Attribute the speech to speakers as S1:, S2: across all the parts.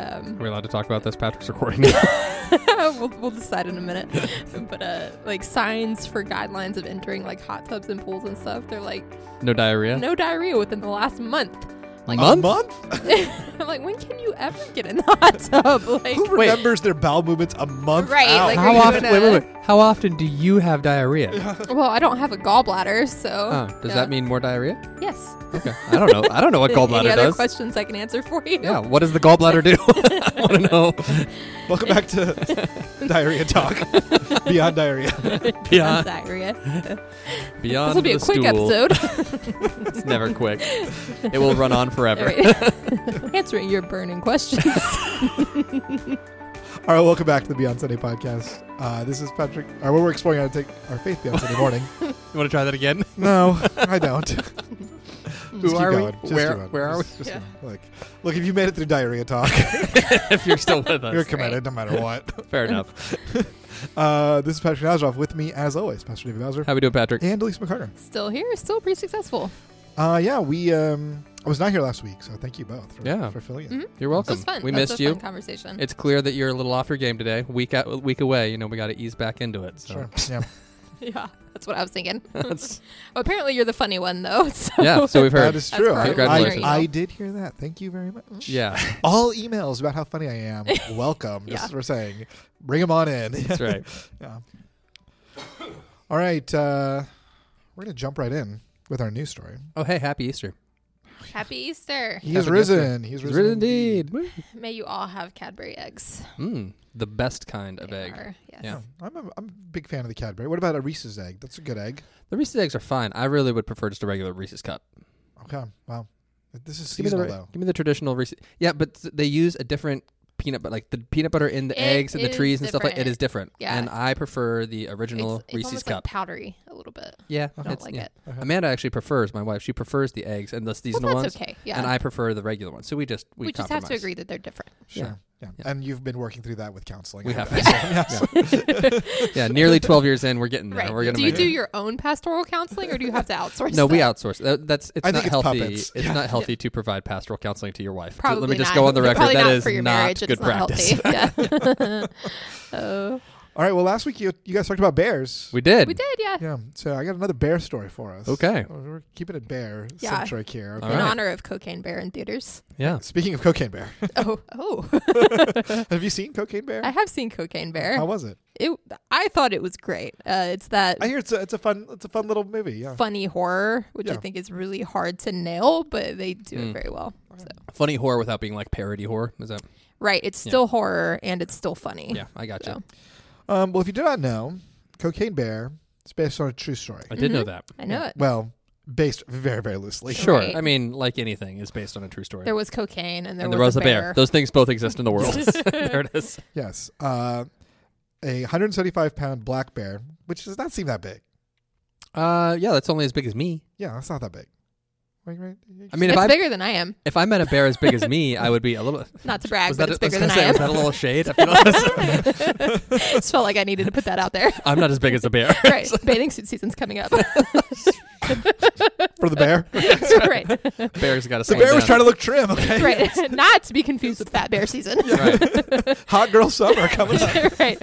S1: to talk about this. Patrick's recording.
S2: we'll, we'll decide in a minute. but uh, like signs for guidelines of entering like hot tubs and pools and stuff, they're like
S1: no diarrhea.
S2: no diarrhea within the last month.
S1: Like
S3: A
S1: month?
S3: month?
S2: I'm like, when can you ever get in the hot tub? Like,
S3: Who
S1: Wait.
S3: remembers their bowel movements a month
S2: Right,
S3: out?
S2: like-
S1: How
S2: Are you
S1: often? Wait,
S2: gonna-
S1: wait, wait. How often do you have diarrhea?
S2: well, I don't have a gallbladder, so
S1: Oh, does that mean more diarrhea?
S2: yes?
S1: Okay, I don't know. I don't know what
S2: Any
S1: gallbladder
S2: other
S1: does.
S2: questions I can answer for you?
S1: Yeah, what does the gallbladder do? I want to know.
S3: Welcome back to diarrhea talk. Beyond diarrhea.
S2: On
S1: Beyond,
S2: diarrhea.
S1: beyond
S2: This will be a
S1: the
S2: quick
S1: stool.
S2: episode.
S1: It's never quick. It will run on
S2: All
S1: forever.
S2: right. Answering your burning questions.
S3: All right, welcome back to the Beyond Sunday podcast. Uh, this is Patrick. All right, we're exploring how to take our faith beyond Sunday morning.
S1: You want to try that again?
S3: No, I don't. Just
S1: Who
S3: keep
S1: are we?
S3: going. Just
S1: Where-
S3: keep going.
S1: where are
S3: Just- just- Like, look, if you made it through diarrhea talk,
S1: if you're still with us,
S3: you're committed no matter what.
S1: fair enough.
S3: Uh, this is Patrick Nazaroff with me, as always, Pastor David Bowser
S1: How we doing, Patrick?
S3: and Elise McCarter.
S2: Still here, still pretty successful.
S3: Uh, yeah, we. Um, I was not here last week, so thank you both for,
S1: Yeah.
S3: for filling in.
S2: Mhm.
S1: You're
S2: This
S1: welcome.
S2: was fun.
S1: We
S2: That was
S1: missed
S2: a fun
S1: you.
S2: Conversation.
S1: It's clear that you're a little off your game today. Week out, week away. You know, we got to ease back into it. So.
S3: Sure. Yeah.
S2: yeah, that's what I was thinking.
S1: That's-
S2: Apparently, you're the funny one though. So
S1: yeah. So we've
S3: That
S1: heard.
S3: is true.
S2: part
S3: I,
S1: of Congratulations.
S3: I, I did hear that. Thank you very much.
S1: Yeah,
S3: All emails about how funny I am, welcome.
S2: Yeah.
S3: This is what we're saying. Bring them on in.
S1: that's right.
S3: yeah. All right. Uh, we're going to jump right in with our news story.
S1: Oh, hey, happy Easter.
S2: Happy Easter.
S3: He is
S1: Happy Easter.
S3: risen. He is risen.
S1: Woo.
S2: May you all have Cadbury eggs.
S1: Mm, the best kind of
S2: They
S1: egg.
S2: are, yes.
S1: Yeah.
S3: I'm a, I'm a big fan of the Cadbury. What about a Reese's egg? That's a good egg.
S1: The Reese's eggs are fine. I really would prefer just a regular Reese's cup.
S3: Okay. Wow. This is
S1: Give me the
S3: seasonal,
S1: re-
S3: though.
S1: give me the traditional Reese's. Yeah, but th- they use a different peanut butter, like the peanut butter in the
S2: It
S1: eggs and the
S2: is
S1: trees and stuff like it
S2: different.
S1: is different.
S2: Yeah.
S1: and I prefer the original
S2: It's, it's
S1: Reese's
S2: almost
S1: cup.
S2: like powdery a little bit.
S1: yeah,
S2: I don't like it.
S3: Okay.
S1: Amanda actually prefers my wife. She prefers the eggs and the
S2: Well,
S1: seasonal
S2: that's
S1: ones,
S2: okay. Yeah.
S1: and I prefer the regular ones. So we just we,
S2: we just have to
S1: compromise.
S2: agree that they're different.
S3: Sure. Yeah.
S1: Yeah.
S3: And you've been working through that with counseling.
S1: We have to.
S3: Yeah.
S1: Yeah, nearly twelve years in, we're getting there.
S2: Right.
S1: We're gonna
S2: do you
S1: make
S2: do
S1: it.
S2: your own pastoral counseling or do you have to outsource
S1: No, we
S2: that?
S1: outsource. That, that's it's
S3: I
S1: not
S3: think it's
S1: healthy.
S3: puppets.
S1: It's not healthy to provide pastoral counseling to your wife. Ju-
S2: Probably
S1: Let me just
S2: not.
S1: go on the record.
S2: Probably
S1: That
S2: not
S1: is
S2: for your
S1: not
S2: marriage.
S1: good
S2: it's not
S1: practice.
S2: Healthy. Yeah. oh,
S3: All right. Well, last week you, you guys talked about bears.
S1: We did.
S2: we did, yeah.
S3: yeah. So I got another bear story for us.
S1: Okay.
S3: Well, We're keeping it bear
S2: Yeah.
S3: centric here.
S1: All
S2: In
S1: right.
S2: honor of Cocaine Bear in theaters.
S1: Yeah.
S3: Speaking of Cocaine Bear,
S2: Oh, oh!
S3: have you seen Cocaine Bear?
S2: I have seen Cocaine Bear.
S3: How was it?
S2: It, I thought it was great. Uh, it's that
S3: I hear it's a, it's a fun it's a fun little movie. Yeah.
S2: funny horror, which I
S3: Yeah.
S2: think is really hard to nail, but they do
S1: Mm.
S2: it very well. So.
S1: Funny horror without being like parody horror. Is that?
S2: Right, it's
S1: Yeah.
S2: still horror and it's still funny.
S1: Yeah, I got you.
S2: So.
S3: Um. Well, if you do not know, Cocaine Bear is based on a true story.
S1: I did
S2: Mhm.
S1: know that.
S2: I know it.
S3: Well, based very very loosely.
S1: Sure.
S2: Right.
S1: I mean, like anything is based on a true story.
S2: There was cocaine and there,
S1: and
S2: was, a bear.
S1: Those things both exist in the world. there it is.
S3: Yes. Uh, a 175 pound black bear, which does not seem that big.
S1: Uh, yeah, that's only as big as me.
S3: Yeah, that's not that big. Right, right?
S1: I mean, if
S2: it's
S1: I
S2: bigger than I am.
S1: if I met a bear as big as me, I would be a little.
S2: Not to brag,
S1: was
S2: but
S1: that
S2: it's
S1: I was
S2: bigger
S1: gonna
S2: than I
S1: say,
S2: am.
S1: was that a little shade? I feel like-
S2: Just felt like I needed to put that out there.
S1: I'm not as big as a bear.
S2: Right, bathing suit season's coming up.
S3: for the bear, the
S2: right,
S1: Bears got to.
S3: bear was trying to look trim. Okay,
S2: right. Not to be confused with fat bear season.
S1: Right.
S3: hot girl summer coming up.
S2: right.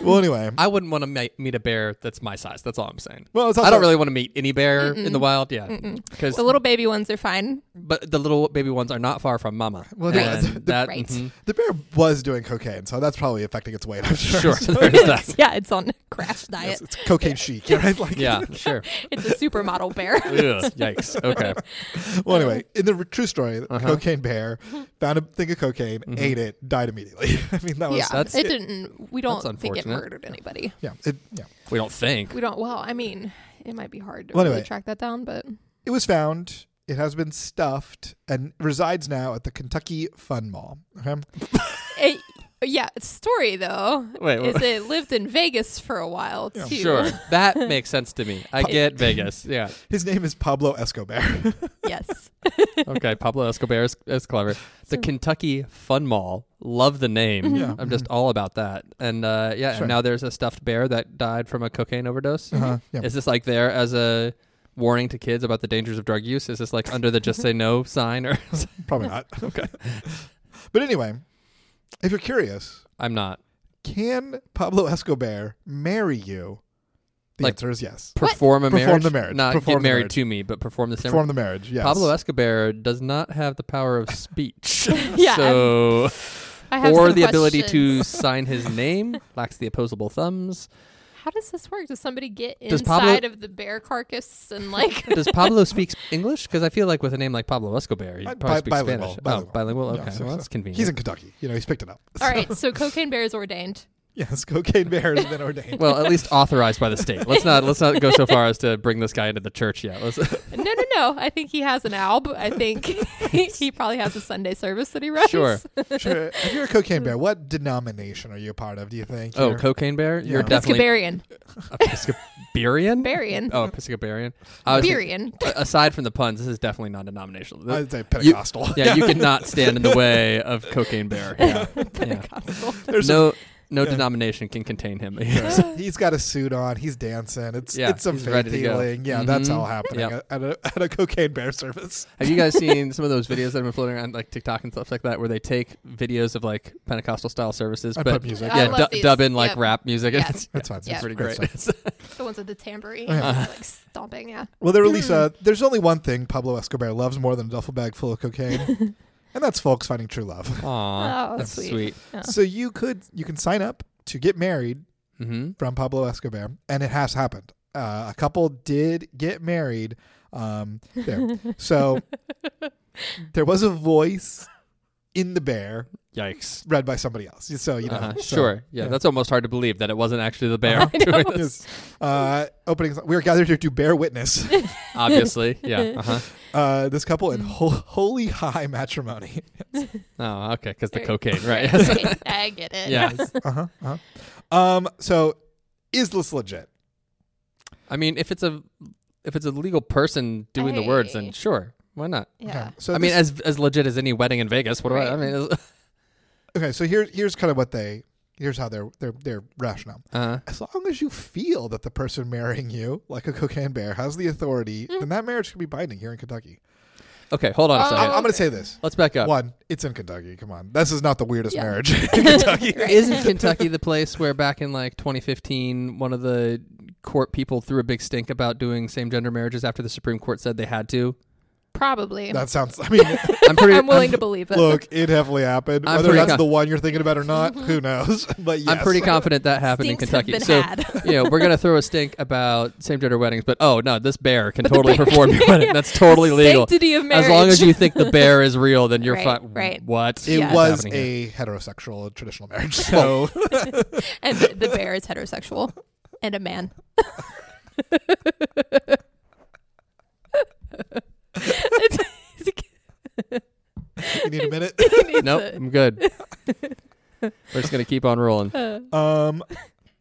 S3: Well, anyway,
S1: I wouldn't want to ma- meet a bear that's my size. That's all I'm saying.
S3: well, it's also,
S1: I don't really want to meet any bear in the wild. Yeah, because
S2: The little baby ones are fine.
S1: but the little baby ones are not far from mama.
S3: Well,
S2: Right.
S1: And
S3: the-
S1: that,
S2: Right.
S1: mhm.
S3: The bear was doing cocaine, so that's probably affecting its weight. I'm sure.
S1: sure,
S3: So,
S1: there is that.
S2: Yeah, it's on a crash diet.
S3: yes, it's cocaine chic, right? Like,
S1: Yeah, sure.
S2: It's a supermodel bear.
S1: Ugh, yikes. Okay.
S3: Well, anyway, in the true story, the
S1: Uh-huh.
S3: cocaine bear found a thing of cocaine,
S1: Mm-hmm.
S3: ate it, died immediately. I mean, that was
S2: yeah,
S1: that's-
S2: it didn't. We don't think it
S1: unfortunate.
S2: murdered anybody.
S3: yeah, it, yeah.
S1: We don't think.
S2: We don't. Well, I mean, it might be hard to
S3: Well,
S2: really
S3: anyway.
S2: track that down, but
S3: It was found. It has been stuffed and resides now at the Kentucky Fun Mall. Okay?
S2: it, yeah. its Story though
S1: Wait,
S2: is
S1: wait.
S2: it lived in Vegas for a while too.
S1: Sure. That makes sense to me. I get Vegas. Yeah.
S3: His name is Pablo Escobar.
S2: Yes.
S1: Okay. Pablo Escobar is, is clever. The Kentucky Fun Mall. Love the
S2: Mm-hmm.
S1: name.
S3: Yeah. Mm-hmm.
S1: I'm just all about that. And uh, yeah,
S3: Sure.
S1: and now there's a stuffed bear that died from a cocaine overdose.
S3: uh-huh. yeah.
S1: Is this like there as a warning to kids
S3: Mm-hmm.
S1: about the dangers of drug use? Is this like under the just say no sign or
S3: Probably not.
S1: Okay.
S3: But anyway, if you're curious,
S1: I'm not.
S3: can Pablo Escobar marry you? The
S1: Like,
S3: answer is yes.
S1: Perform a
S3: Perform
S1: marriage.
S3: the marriage.
S1: Not
S3: Perform
S1: get
S3: the
S1: married
S3: marriage.
S1: to me, but perform the ceremony.
S3: Perform the marriage. Yes.
S1: Pablo Escobar does not have the power of speech.
S2: Yeah,
S1: So,
S2: I have
S1: or
S2: some
S1: the ability
S2: questions.
S1: to sign his name, lacks the opposable thumbs.
S2: How does this work? Does somebody get
S1: Does
S2: inside
S1: Pablo-
S2: of the bear carcass and like?
S1: Does Pablo speak English? Because I feel like with a name like Pablo Escobar, he
S3: Bi-
S1: probably
S3: bi-
S1: speaks
S3: bilingual,
S1: Spanish.
S3: bilingual.
S1: Oh, bilingual.
S3: Yeah,
S1: Okay,
S3: so-
S1: well,
S3: so-
S1: that's convenient.
S3: He's in Kentucky. You know, he's picked it up.
S2: All right, so cocaine bear is ordained.
S3: Yes, cocaine bear has been ordained.
S1: well, at least authorized by the state. Let's not let's not go so far as to bring this guy into the church yet. Let's,
S2: No, no, no. I think he has an alb. I think he probably has a Sunday service that he runs.
S1: Sure.
S3: sure. If you're a cocaine bear, what denomination are you a part of? Do you think?
S1: oh,
S3: You're-
S1: cocaine bear,
S3: Yeah.
S1: you're definitely
S2: Episcoparian.
S1: Episcoparian.
S2: Barian.
S1: Oh, Episcoparian. I was thinking-
S2: Barian.
S1: a- aside from the puns, this is definitely not denominational. Th-
S3: I'd say Pentecostal.
S1: yeah, you cannot stand in the way of cocaine bear. Yeah, yeah.
S2: Pentecostal.
S3: There's
S1: no, no
S3: yeah.
S1: denomination can contain him.
S3: some- he's got a suit on. He's dancing. It's
S1: Yeah,
S3: it's some
S1: he's
S3: faith
S1: ready to go.
S3: healing. Yeah, that's
S1: Mhm.
S3: all happening
S1: Yep.
S3: at, a, at a cocaine bear service.
S1: Have you guys seen some of those videos that have been floating around, like TikTok and stuff like that, where they take videos of like Pentecostal style services,
S3: I
S1: but
S3: put music.
S2: I
S1: yeah,
S2: love
S1: du-
S2: these.
S1: dub in like
S2: Yep.
S1: rap music? and
S2: Yes.
S1: It's,
S3: That's fine.
S2: Yeah.
S1: pretty
S3: Great
S1: great.
S3: stuff.
S2: The ones with the tambourine,
S1: Oh, Uh-huh.
S2: like stomping. Yeah.
S3: Well, they release. Uh, there's only one thing Pablo Escobar loves more than a duffel bag full of cocaine, and that's folks finding true love.
S1: Aw,
S2: Oh,
S1: Uh, that's
S2: sweet.
S1: sweet.
S2: Yeah.
S3: So you could you can sign up to get married
S1: Mm-hmm.
S3: from Pablo Escobar, and it has happened. Uh, a couple did get married. Um, there. So there was a voice in the bear
S1: Yikes.
S3: read by somebody else. So you know,
S1: Uh-huh.
S3: so-
S1: sure. Yeah,
S3: yeah.
S1: that's almost hard to believe that it wasn't actually the bear.
S2: I know.
S1: doing this,
S3: Yes. Uh, opening. We are gathered here to bear witness
S1: Obviously. Yeah. Uh-huh.
S3: uh, this couple in ho- holy high matrimony.
S1: Oh, okay. Because the
S2: Right.
S1: cocaine, right? Yes.
S2: Okay, I get it.
S1: yeah.
S3: Uh-huh, uh-huh. Um. So, is this legit?
S1: I mean, if it's a if it's a legal person doing the words, then
S2: Hey.
S1: sure, why not?
S2: Yeah.
S3: Okay, so
S1: I mean,
S3: this-
S1: as as legit as any wedding in Vegas. What do I? I
S2: Right.
S1: mean, it's-
S3: okay. So here's here's kind of what they here's how their their their rationale.
S1: uh,
S3: As long as you feel that the person marrying you, like a cocaine bear, has the authority,
S2: Mm.
S3: then that marriage can be binding here in Kentucky.
S1: okay. Hold on a
S2: Oh.
S1: second.
S3: I'm, I'm going to say this.
S1: Let's back up.
S3: One, it's in Kentucky. Come on, this is not the weirdest
S2: Yeah.
S3: marriage in Kentucky.
S1: Isn't Kentucky the place where back in like 2015, one of the court people threw a big stink about doing same gender marriages after the Supreme Court said they had to?
S2: Probably.
S3: That sounds. I mean,
S1: I'm pretty.
S2: I'm willing to believe it.
S3: look, it definitely happened.
S1: I'm
S3: Whether
S1: pretty
S3: that's
S1: con-
S3: the one you're thinking about or not, who knows? But yes.
S1: I'm pretty confident that happened in
S2: Stinks have
S1: Kentucky. So
S2: been had.
S1: you know, we're gonna throw a stink about same gender weddings, but oh no, this bear can
S2: But the
S1: totally
S2: bear-
S1: perform your wedding.
S2: Yeah.
S1: That's totally legal.
S2: Sanctity of marriage.
S1: As long as you think the bear is real, then you're
S2: Right,
S1: fine.
S2: right.
S1: What?
S3: It
S2: Yeah.
S3: was
S1: happening here?
S3: a heterosexual traditional marriage. So
S2: and the bear is heterosexual and a man. it's, it's-
S3: you need a minute.
S2: it's
S1: nope.
S2: a-
S1: I'm good. we're just gonna keep on rolling.
S2: uh,
S3: Um,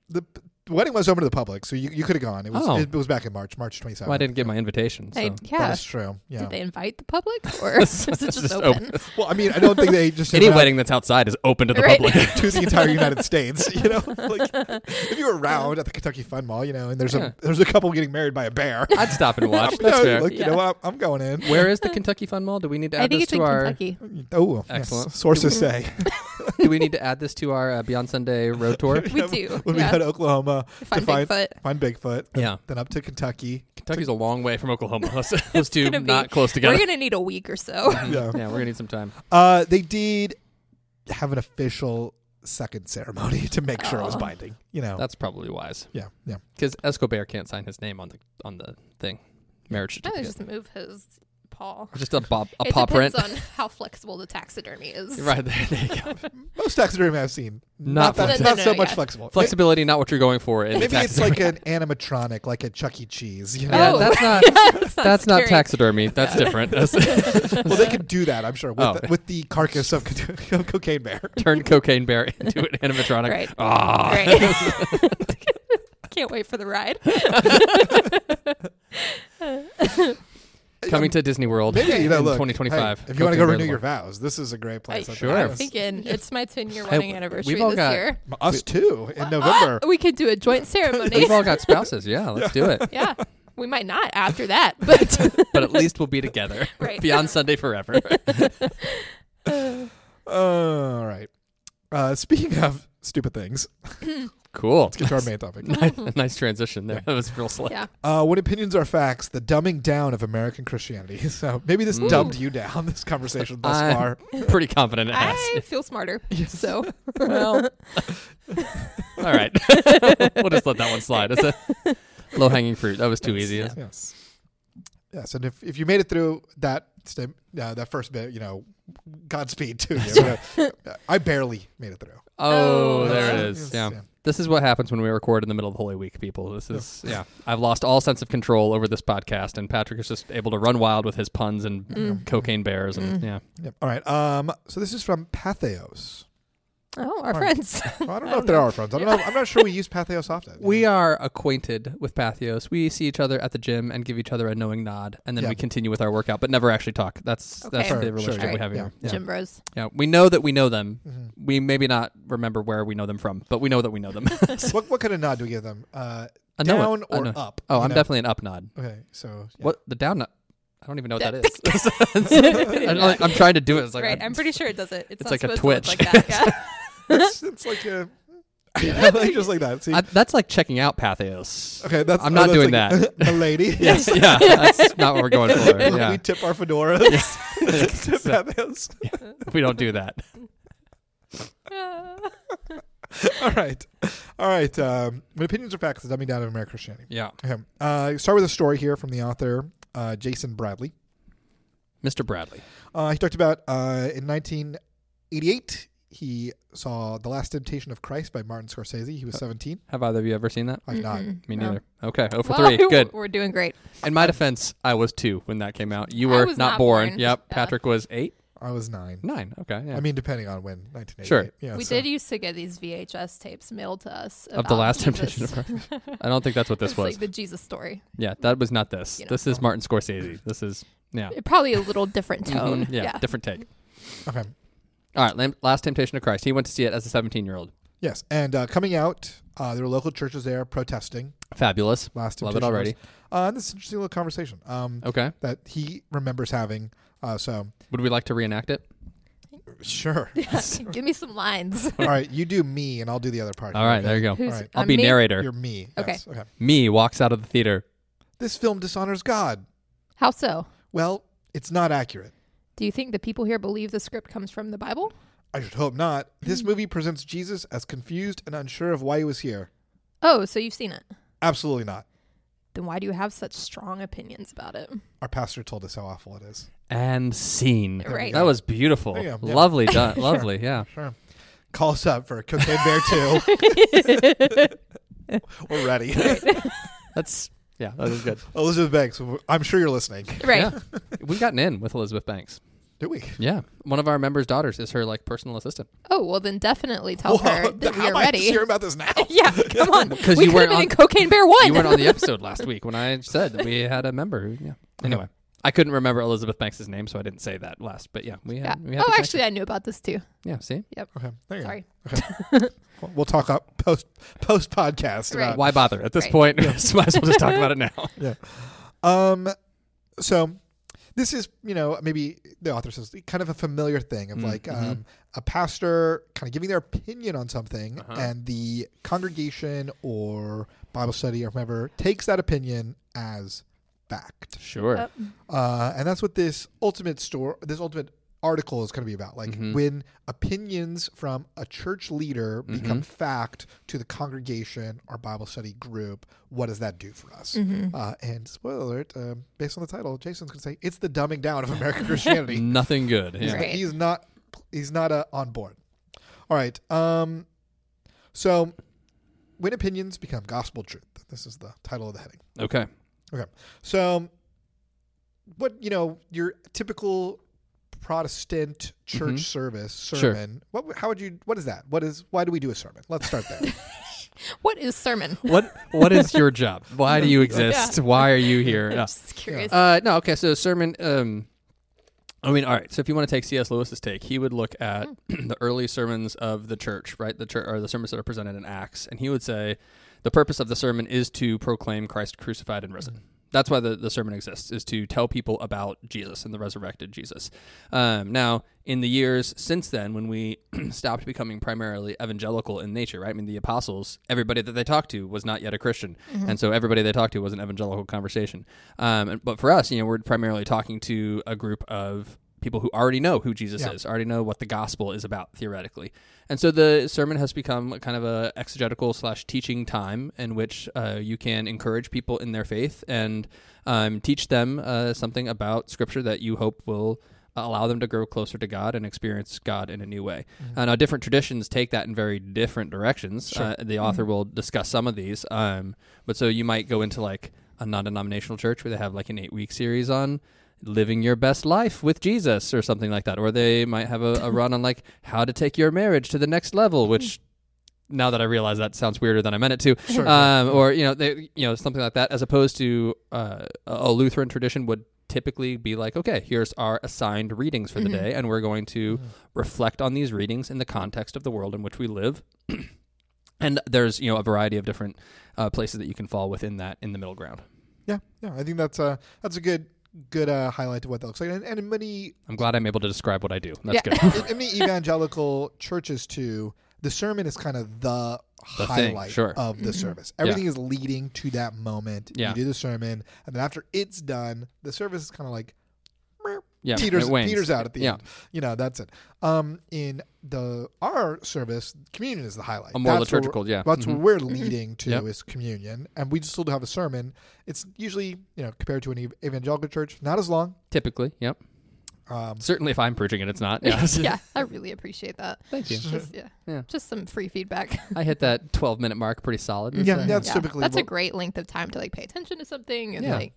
S3: the p- wedding was open to the public, so you, you could have gone. It was
S1: Oh.
S3: it was back in March, March 27th.
S1: Well, I didn't get my invitation. So.
S2: I, yeah.
S3: That's true. Yeah.
S2: Did they invite the public or is it just,
S1: Just
S2: open?
S3: Well, I mean, I don't think they just
S1: Any
S3: went out
S1: wedding that's outside is open to the
S2: Right.
S1: public.
S3: to the entire United States. You know, like if you were around at the Kentucky Fun Mall, you know, and there's
S1: Yeah.
S3: a there's a couple getting married by a bear.
S1: I'd stop and watch.
S3: You know,
S1: That's fair.
S3: Like, You know what? I'm going in.
S1: Where is the Kentucky Fun Mall? Do we need to add
S2: I think
S1: this
S2: it's
S1: to
S2: in
S1: our?
S2: Kentucky.
S3: Oh,
S1: Excellent. Mm-hmm.
S3: Yes. Sources say
S1: Do we need to add this to our uh, Beyond Sunday road tour?
S2: We do.
S3: when we
S2: yeah.
S3: go to Oklahoma,
S2: Find
S3: find-
S2: Bigfoot.
S3: find Bigfoot. then-
S1: Yeah.
S3: Then up to Kentucky.
S1: Kentucky's a long way from Oklahoma. Let's, let's do
S2: gonna be-
S1: not close together.
S2: We're gonna need a week or so.
S3: Yeah.
S1: yeah, we're gonna need some time.
S3: Uh, they did have an official second ceremony to make sure it was
S2: Oh.
S3: binding. You know.
S1: That's probably wise
S3: yeah. Yeah.
S1: because Escobar can't sign his name on the on the thing marriage
S2: I
S1: certificate.
S2: just move his paw.
S1: Just, a bob, a
S2: it
S1: pop
S2: depends
S1: print.
S2: on how flexible the taxidermy is.
S1: right there, there you go.
S3: Most taxidermy I've seen
S1: Not
S3: not that,
S2: flexible.
S3: not
S2: No,
S3: so
S2: no,
S3: much
S2: yeah.
S3: flexible.
S1: Flexibility, not what you're going for. In the
S3: Maybe it's
S1: taxidermy.
S3: like an animatronic, like a Chuck E. Cheese. You know?
S1: Yeah,
S2: Oh.
S1: that's not
S2: That's not,
S1: that's not
S2: scary.
S1: taxidermy. That's different. That's
S3: Well, they could do that, I'm sure, with,
S1: Oh.
S3: the, with the carcass of, co- of cocaine bear.
S1: turn cocaine bear into an animatronic.
S2: Right.
S1: Ah.
S2: Right. Can't wait for the ride.
S1: Coming to Disney World
S3: Maybe you know,
S1: in
S3: look,
S1: 2025.
S3: hey, if you want to go
S1: Cocaine
S3: renew your
S1: Bear
S3: vows, this is a great place.
S2: I-
S3: I think.
S1: Sure.
S2: I'm thinking it's my 10 year
S1: Hey,
S2: wedding
S1: we've
S2: anniversary
S1: all
S2: this
S1: got-
S2: year.
S3: us too in November.
S2: Ah, we could do a joint
S1: Law.
S2: ceremony.
S1: We've all got spouses. Yeah, let's do it.
S2: yeah. We might not after that, but
S1: But at least we'll be together.
S2: Right.
S1: Beyond Sunday forever.
S3: all right. Uh, speaking of stupid things,
S1: Cool.
S3: let's get to our main topic.
S1: nice transition there. That was real slick.
S2: yeah.
S3: Uh, when opinions are facts, the dumbing down of American Christianity. So maybe this
S1: Mm.
S3: dumbed you down, this conversation thus
S1: I'm
S3: far.
S1: Pretty confident it has.
S2: I feel smarter. So
S1: Well, all right. we'll just let that one slide. It's a low hanging fruit. That was too easy.
S3: Yes. Yes, and if, if you made it through that stim, uh, that first bit, you know, Godspeed to you. You know, I barely made it through.
S1: Oh,
S2: Oh,
S1: there it
S2: yeah.
S1: is. Yeah. This is what happens when we record in the middle of the Holy Week, people. This is, yeah. I've lost all sense of control over this podcast, and Patrick is just able to run wild with his puns and
S2: Mm-hmm.
S1: cocaine bears. And yeah.
S3: Yep. All right. Um. So this is from Pathos.
S2: Oh, our
S3: Fine.
S2: friends.
S3: Well, I don't know if they're our friends. I don't know. I'm not sure we use Pathos often.
S1: We are acquainted with Pathios. We see each other at the gym and give each other a knowing nod, and then
S3: Yeah.
S1: we continue with our workout, but never actually talk. That's that's
S2: Okay. Sure,
S1: the
S3: sure,
S1: relationship
S2: yeah.
S1: we have here. Yeah.
S2: Jim Bros.
S1: Yeah, we know that we know them.
S3: Mhm.
S1: We maybe not remember where we know them from, but we know that we know them.
S3: What what kind of nod do we give them? Uh,
S1: I know it.
S3: down
S1: I
S3: or
S1: know.
S3: up?
S1: Oh,
S3: You
S1: I'm
S3: know?
S1: definitely an up nod.
S3: Okay. So yeah.
S1: What the down nod? I don't even know what
S2: That-
S1: that is. I'm, like- I'm trying to do it. It's like,
S2: right. I'm pretty sure it does it. It's,
S1: it's
S2: not
S1: like a
S2: supposed to look
S1: twitch.
S2: Like that. Yeah.
S3: It's, it's like a like, just like that. See.
S1: I- that's like checking out Pathos.
S3: okay. That's
S1: I'm not
S3: that's
S1: doing
S3: like A lady.
S1: Yes, yeah, that's not what we're going for.
S3: We
S1: Yeah,
S3: tip our fedoras to Pathos.
S1: we don't do that.
S2: Ah.
S3: All right. All right. Um, when opinions are facts, the dumbing down of American Christianity.
S1: Yeah,
S3: Okay. Uh, start with a story here from the author, uh, Jason Bradley.
S1: Mr. Bradley.
S3: Uh, he talked about uh, in 1988, he saw The Last Temptation of Christ by Martin Scorsese.
S1: Uh,
S3: He was 17.
S1: Have either of you ever seen that?
S3: I've not.
S1: Me
S2: No.
S1: neither. Okay, oh for
S2: Well,
S1: three. Good.
S2: We're doing great.
S1: In my defense, I was two when that came out. You
S2: I
S1: were
S2: was
S1: not
S2: not
S1: born.
S2: born.
S1: Yep.
S2: Yeah.
S1: Patrick was eight,
S3: I was nine.
S1: nine. Okay. Yeah.
S3: I mean, depending on when 1988.
S1: Sure.
S3: Yeah,
S2: we
S3: so-
S2: did used to get these VHS tapes mailed to us
S1: of the
S2: about
S1: last
S2: Jesus.
S1: temptation of Christ. I don't think that's what this
S2: It's
S1: was.
S2: like the Jesus story.
S1: yeah, that was not this.
S2: You know.
S1: This is Martin Scorsese. This is yeah.
S2: Probably a little different tone.
S1: Mhm, Yeah, different take.
S3: Okay.
S1: All right, Lam- Last Temptation of Christ. He went to see it as a 17-year-old.
S3: Yes. And uh, coming out, uh, there were local churches there protesting
S1: Fabulous.
S3: Last
S1: Love
S3: Temptation.
S1: it
S3: of
S1: already. Oh.
S3: Christ. Uh, and this is an interesting little conversation um,
S1: Okay.
S3: that he remembers having. Uh, so,
S1: Would we like to reenact it?
S3: sure.
S2: Give me some lines.
S3: All right. You do me, and I'll do the other part.
S1: All right, there you go.
S2: Who's
S3: right.
S1: I'll
S2: I'm
S1: be
S2: uh, me.
S1: narrator.
S3: You're me.
S2: Okay.
S3: Yes. Okay.
S1: Me walks out of the theater.
S3: This film dishonors God.
S2: How so?
S3: Well, it's not accurate.
S2: Do you think the people here believe the script comes from the Bible?
S3: I should hope not.
S2: Hmm.
S3: This movie presents Jesus as confused and unsure of why he was here.
S2: Oh, so you've seen it.
S3: Absolutely not.
S2: Then why do you have such strong opinions about it?
S3: Our pastor told us how awful it is.
S1: And scene.
S2: There we Right.
S1: That
S2: go.
S1: was beautiful.
S3: There you go. Yeah.
S1: Lovely done. Lovely, yeah.
S3: Sure. Call us up for Cocaine Bear 2. We're ready.
S1: That's yeah, that was good.
S3: Elizabeth Banks, I'm sure you're listening.
S2: Right.
S1: Yeah. We've gotten in with Elizabeth Banks.
S3: Do we?
S1: Yeah. One of our members' daughters is her like personal assistant.
S2: Oh, well, then definitely tell her
S3: Whoa,
S2: that
S3: how
S2: we are
S3: am I just
S2: ready.
S3: hearing about this now?
S2: Yeah, come on.
S1: Because
S2: we
S1: you
S2: could
S1: weren't
S2: have been
S1: on-
S2: in Cocaine Bear 1.
S1: You weren't on the episode last week when I said that we had a member. who- Yeah.
S2: Uh-huh.
S1: Anyway, I couldn't remember Elizabeth Banks' name, so I didn't say that last. But yeah, we
S2: yeah.
S1: had. We had
S2: Oh,
S1: the
S2: actually, I knew about this too.
S1: connection. yeah. See,
S3: Okay. There you
S2: Sorry.
S3: Go. Okay. Well, we'll talk up post post podcast
S2: Right.
S3: about
S1: why bother at this
S2: Right.
S1: point? might as well just talk about it now.
S3: Um, so this is you know maybe the author says kind of a familiar thing of
S1: Mm,
S3: like
S1: mhm.
S3: um, a pastor kind of giving their opinion on something,
S1: Uh-huh.
S3: and the congregation or Bible study or whoever takes that opinion as fact,
S1: Sure.
S2: Yep.
S3: uh, and that's what this ultimate store this ultimate article is going to be about like
S1: Mhm.
S3: when opinions from a church leader
S1: Mm-hmm.
S3: become fact to the congregation or bible study group what does that do for us
S2: mm-hmm.
S3: uh, and spoiler alert, um, based on the title, Jason's going to say it's the dumbing down of American Christianity.
S1: Nothing good. Yeah.
S2: Right.
S3: He's not. He's not uh, on board. All right. Um, so, when opinions become gospel truth, this is the title of the heading.
S1: Okay.
S3: So, what you know, your typical Protestant church
S1: Mhm.
S3: service
S1: Sure.
S3: sermon. What? How would you? What is that? What is? Why do we do a sermon? Let's start there.
S2: What is sermon?
S1: What What is your job? Why do you exist? Why are you here? Yeah.
S2: just curious.
S1: Uh, no, okay. So sermon. Um, I mean, all right. So if you want to take C.S. Lewis's take, he would look at
S2: Mm.
S1: the early sermons of the church, right? The church or the sermons that are presented in Acts, and he would say the purpose of the sermon is to proclaim Christ crucified and risen. that's why the, the sermon exists is to tell people about jesus and the resurrected jesus um, now in the years since then when we stopped becoming primarily evangelical in nature right i mean the apostles everybody that they talked to was not yet a christian and so everybody they talked to was an evangelical conversation um, and, but for us you know we're primarily talking to a group of people who already know who jesus
S3: Yeah.
S1: is already know what the gospel is about theoretically and so the sermon has become kind of a exegetical slash teaching time in which uh, you can encourage people in their faith and um, teach them uh, something about scripture that you hope will allow them to grow closer to god and experience god in a new way uh, now different traditions take that in very different directions uh, the author will discuss some of these um, but so you might go into like a non-denominational church where they have like an eight-week series on living your best life with Jesus or something like that. Or they might have a, a run on like how to take your marriage to the next level, which now that I realize that sounds weirder than I meant it to.
S3: Sure.
S1: Um, or you know, they, you know, something like that, as opposed to uh, a Lutheran tradition would typically be like, okay, here's our assigned readings for the day, and we're going to reflect on these readings in the context of the world in which we live. and there's you know a variety of different uh, places that you can fall within that in the middle ground.
S3: Yeah, yeah. I think that's a that's a good good uh, highlight of what that looks like, and, and in many
S1: I'm glad I'm able to describe what I do. That's
S2: Yeah.
S1: good.
S3: in, in many evangelical churches too. The sermon is kind of the,
S1: The thing,
S3: highlight
S1: sure.
S3: of
S2: Mm-hmm.
S3: the service. Everything is leading to that moment.
S1: Yeah.
S3: You do the sermon, and then after it's done, the service is kind of like meow,
S1: Yeah,
S3: teeters,
S1: it wanes.
S3: teeters out at the
S1: Yeah.
S3: end. You know, that's it. Um, in the our service, communion is the highlight.
S1: A more
S3: That's where we're-
S1: liturgical, yeah. Mm-hmm.
S3: That's what we're
S2: Mm-hmm.
S3: leading to
S1: Yep.
S3: is communion, and we just still have a sermon. It's usually you know compared to an ev- evangelical church, not as long.
S1: Typically, yep.
S3: Um,
S1: Certainly, if I'm preaching it, it's not. Yes.
S2: yeah, I really appreciate that.
S1: Thank you.
S2: Just, yeah,
S1: Yeah.
S2: just some free feedback.
S1: I hit that 12 minute mark pretty solid.
S3: yeah,
S1: So-
S3: that's
S2: Yeah,
S3: typically
S2: that's a
S3: what-
S2: great length of time to like pay attention to something and
S1: Yeah.
S2: like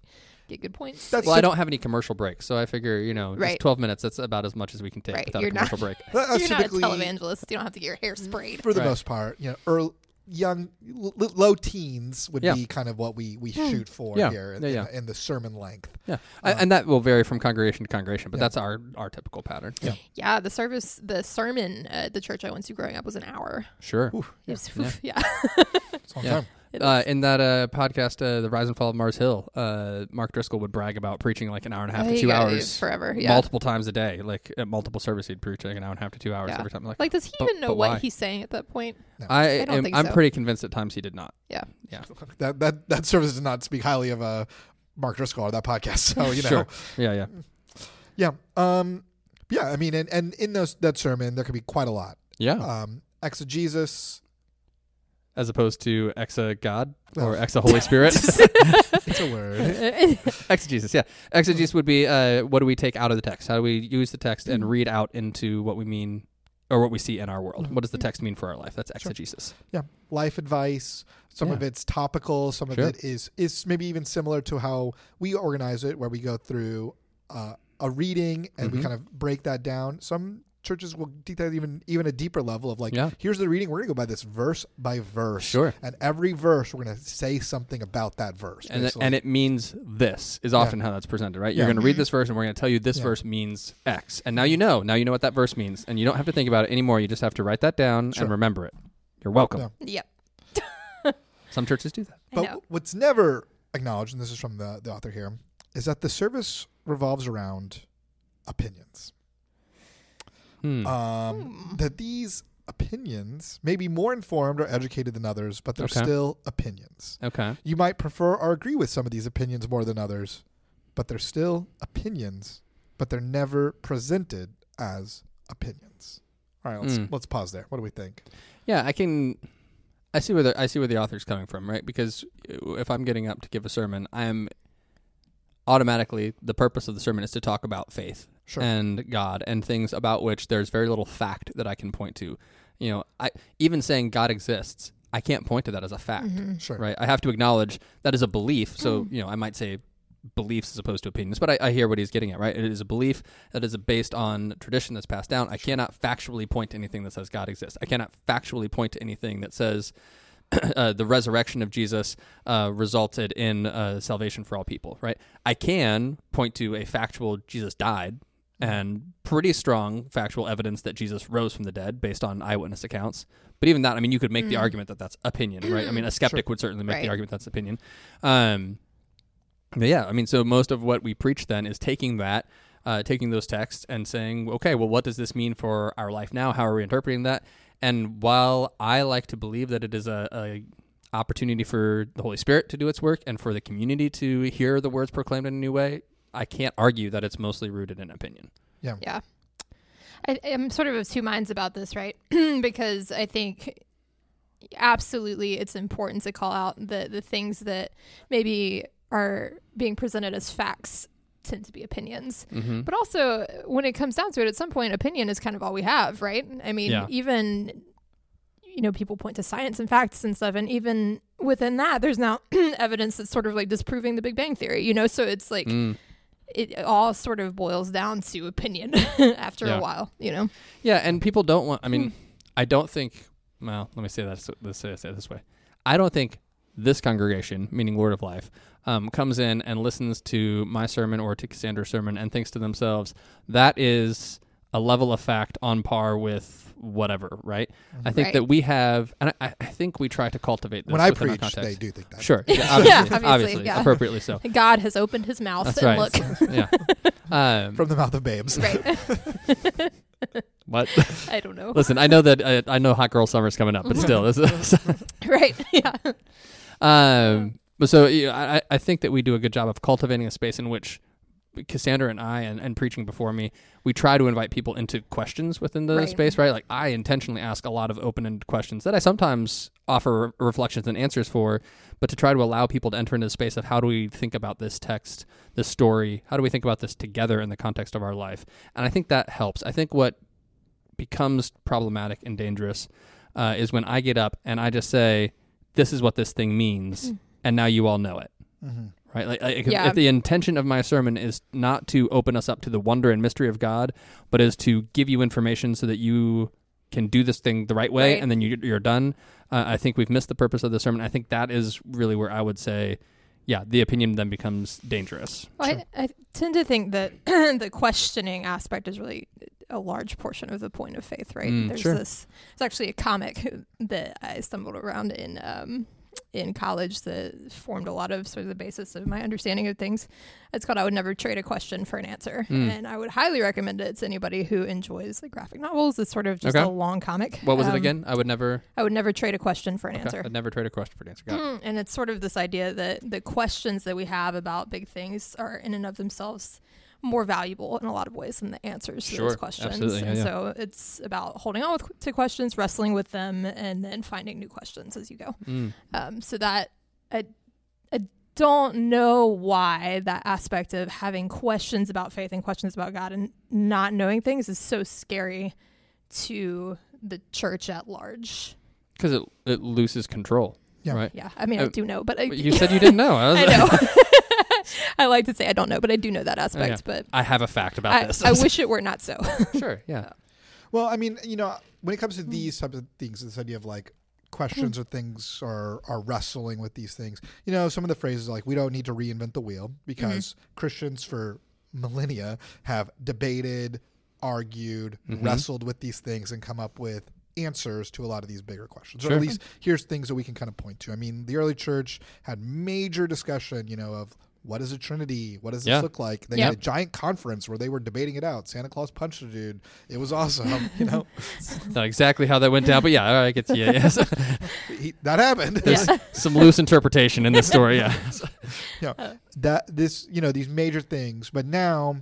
S2: get good points.
S3: That's
S1: Well, I don't have any commercial breaks, so I figure you know, just
S2: Right.
S1: 12 minutes. That's about as much as we can take
S2: Right,
S1: without
S2: you're
S1: a commercial
S2: not-
S1: break.
S3: that- that's
S2: You're not a
S3: typically-
S2: televangelist. You don't have to get your hair sprayed.
S3: for the
S1: Right.
S3: most part, you know, early, young, l- l- low teens would
S1: Yeah.
S3: be kind of what we we shoot for
S1: Yeah.
S3: here in,
S1: Yeah, yeah.
S3: in the- in the sermon length.
S1: Yeah, I- and that will vary from congregation to congregation, but that's our our typical pattern. Yeah,
S2: Yeah, the service, the sermon at the church I went to growing up was an hour.
S1: sure.
S2: It was- yeah.
S3: It's a long
S1: Yeah.
S3: time.
S2: It
S1: Uh, in that uh, podcast, uh, The Rise and Fall of Mars Hill, uh, Mark Driscoll would brag about preaching like an hour and a half to
S2: You
S1: two
S2: gotta do
S1: hours
S2: forever. Yeah.
S1: multiple times a day. Like at multiple services, he'd preach like an hour and a half to two hours
S2: Yeah.
S1: every time. Like,
S2: Like, does he
S1: But-
S2: even know
S1: but
S2: what
S1: why?
S2: he's saying at that point?
S1: I,
S2: I don't
S1: am,
S2: think
S1: I'm
S2: so.
S1: pretty convinced at times he did not.
S2: Yeah.
S1: Yeah,
S3: That that that service does not speak highly of uh, Mark Driscoll or that podcast. So you know,
S1: sure. Yeah, yeah.
S3: yeah, um, yeah. I mean, and and in those that sermon, there could be quite a lot.
S1: Yeah.
S3: Um, exegesis.
S1: As opposed to exa God
S3: or
S1: or exa Holy Spirit.
S3: It's a word.
S1: Exegesis, yeah. Exegesis would be uh, what do we take out of the text? How do we use the text and read out into what we mean or what we see in our world? What does
S3: Mm-hmm.
S1: the text mean for our life? That's exegesis.
S3: yeah, life advice. Some of
S1: Yeah.
S3: it's topical. Some
S1: Sure.
S3: of it is is maybe even similar to how we organize it, where we go through uh, a reading and
S1: Mm-hmm.
S3: we kind of break that down. Some churches will take that even even a deeper level of like,
S1: Yeah.
S3: here's the reading. We're gonna go by this verse by verse.
S1: Sure.
S3: And every verse, we're gonna say something about that verse.
S1: And, th-
S3: basically.
S1: and it means this is often how that's presented, right? You're
S3: Yeah. Mm-hmm.
S1: going to read this verse and we're going to tell you this
S3: Yeah.
S1: verse means X. And now you know. Now you know what that verse means. And you don't have to think about it anymore. You just have to write that down
S3: Sure.
S1: and remember it. You're welcome.
S3: Yeah.
S2: yep.
S1: Some churches do that.
S2: I
S3: But
S2: know.
S3: what's never acknowledged, and this is from the, the author here, is that the service revolves around opinions.
S1: Hmm.
S3: Um, That these opinions may be more informed or educated than others, but they're
S1: Okay.
S3: still opinions.
S1: okay.
S3: You might prefer or agree with some of these opinions more than others, but they're still opinions, but they're never presented as opinions. All right, let's,
S1: Mm.
S3: let's pause there. What do we think?
S1: Yeah, I can. I see where the I see where the author's coming from, right? Because uh, if I'm getting up to give a sermon, I am automatically the purpose of the sermon is to talk about faith
S3: Sure.
S1: and God and things about which there's very little fact that I can point to. You know, I even saying God exists, I can't point to that as a fact,
S2: Mm-hmm.
S3: Sure.
S1: right? I have to acknowledge that is a belief. So you know, I might say beliefs as opposed to opinions, but I, I hear what he's getting at, right? It is a belief that is based on tradition that's passed down. I cannot factually point to anything that says God exists. I cannot factually point to anything that says uh, the resurrection of Jesus uh, resulted in uh, salvation for all people, right? I can point to a factual Jesus died and pretty strong factual evidence that Jesus rose from the dead based on eyewitness accounts. But even that, I mean, you could make the argument that that's opinion, right? I mean, a skeptic would certainly make
S2: Right.
S1: the argument that's opinion. Um, But yeah, I mean, so most of what we preach then is taking that, uh, taking those texts and saying, okay, well, what does this mean for our life now? How are we interpreting that? And while I like to believe that it is a, a opportunity for the Holy Spirit to do its work and for the community to hear the words proclaimed in a new way, I can't argue that it's mostly rooted in opinion.
S2: Yeah. I, I'm sort of of two minds about this, right? because I think absolutely it's important to call out the, the things that maybe are being presented as facts tend to be opinions.
S1: Mm-hmm.
S2: But also, when it comes down to it, at some point, opinion is kind of all we have, right? I mean,
S1: Yeah.
S2: even you know, people point to science and facts and stuff, and even within that, there's now evidence that's sort of like disproving the Big Bang theory, you know. So it's like
S1: Mm.
S2: it all sort of boils down to opinion after
S1: Yeah.
S2: a while, you know.
S1: Yeah, and people don't want. I
S3: Hmm.
S1: mean, I don't think. Well, let me say that. Let's say, say it this way. I don't think this congregation, meaning Lord of Life, um, comes in and listens to my sermon or to Cassandra's sermon and thinks to themselves, "That is a level of fact on par with whatever." Right? I think
S2: Right.
S1: that we have, and I, I think we try to cultivate this
S3: Mm-hmm. When I
S1: within our
S3: preach,
S1: context.
S3: they do think that.
S1: Sure. Yeah, obviously,
S2: Yeah,
S1: obviously,
S2: obviously, yeah.
S1: appropriately so.
S2: God has opened his mouth
S1: That's
S2: and
S1: right.
S2: look
S1: yeah. Um,
S3: From the mouth of babes.
S2: right.
S1: what?
S2: I don't know.
S1: Listen, I know that uh, I know hot girl summer's coming
S2: Mm-hmm.
S1: up, but still, this is,
S2: right. Yeah.
S1: Um, but so you know, I, I- I think that we do a good job of cultivating a space in which Cassandra and I and, and preaching before me, we try to invite people into questions within the
S2: Right.
S1: space, right? Like I intentionally ask a lot of open-ended questions that I sometimes offer re- reflections and answers for, but to try to allow people to enter into the space of how do we think about this text, this story, how do we think about this together in the context of our life? And I think that helps. I think what becomes problematic and dangerous uh, is when I get up and I just say, "This is what this thing means," and now you all know it,
S3: Mhm.
S1: right? Like, like if,
S2: Hmm. Yeah.
S1: if the intention of my sermon is not to open us up to the wonder and mystery of God, but is to give you information so that you can do this thing the right way,
S2: Right.
S1: and then you, you're done. Uh, I think we've missed the purpose of the sermon. I think that is really where I would say, yeah, the opinion then becomes dangerous.
S2: Well, I, I tend to think that the questioning aspect is really a large portion of the point of faith, right?
S1: Mm,
S2: There's
S1: sure.
S2: this. It's actually a comic that I stumbled around in um, in college that formed a lot of sort of the basis of my understanding of things. It's called "I Would Never Trade a Question for an Answer,"
S1: Mm.
S2: and I would highly recommend it to anybody who enjoys like graphic novels. It's sort of just
S1: Okay.
S2: a long comic.
S1: What was
S2: Um,
S1: it again? I would never.
S2: I would never trade a question for an
S1: okay,
S2: answer.
S1: I'd never trade a question for an answer. Got it.
S2: Mm, and it's sort of this idea that the questions that we have about big things are in and of themselves more valuable in a lot of ways than the answers to
S1: Sure,
S2: those questions.
S1: absolutely, yeah,
S2: and
S1: yeah.
S2: so it's about holding on with, to questions, wrestling with them, and then finding new questions as you go.
S1: Mm.
S2: Um, so that I, I don't know why that aspect of having questions about faith and questions about God and not knowing things is so scary to the church at large.
S1: because it it loses control.
S3: Yeah.
S1: Right.
S2: Yeah, I mean, I
S1: Uh,
S2: do know, but I,
S1: You said you didn't know. I, was-
S2: I know. I like to say I don't know, but I do know that aspect.
S1: I have a fact
S2: But
S1: about
S2: I,
S1: this.
S2: I wish it were not so.
S1: sure. Yeah.
S3: Well, I mean, you know, when it comes to these types of things, this idea of like questions or things or are wrestling with these things. You know, some of the phrases like we don't need to reinvent the wheel because Christians for millennia have debated, argued, wrestled with these things and come up with answers to a lot of these bigger questions. Or
S1: Sure.
S3: at least here's things that we can kind of point to. I mean, the early church had major discussion, you know, of what is a trinity? What does this
S1: Yeah.
S3: look like? They
S2: Yeah.
S3: had a giant conference where they were debating it out. Santa Claus punched a dude. It was awesome, you know.
S1: Not exactly how that went down, but yeah, all right, I get to you. Yes.
S3: he, that happened.
S1: There's some loose interpretation in this story. Yeah.
S3: you know, that this you know these major things, but now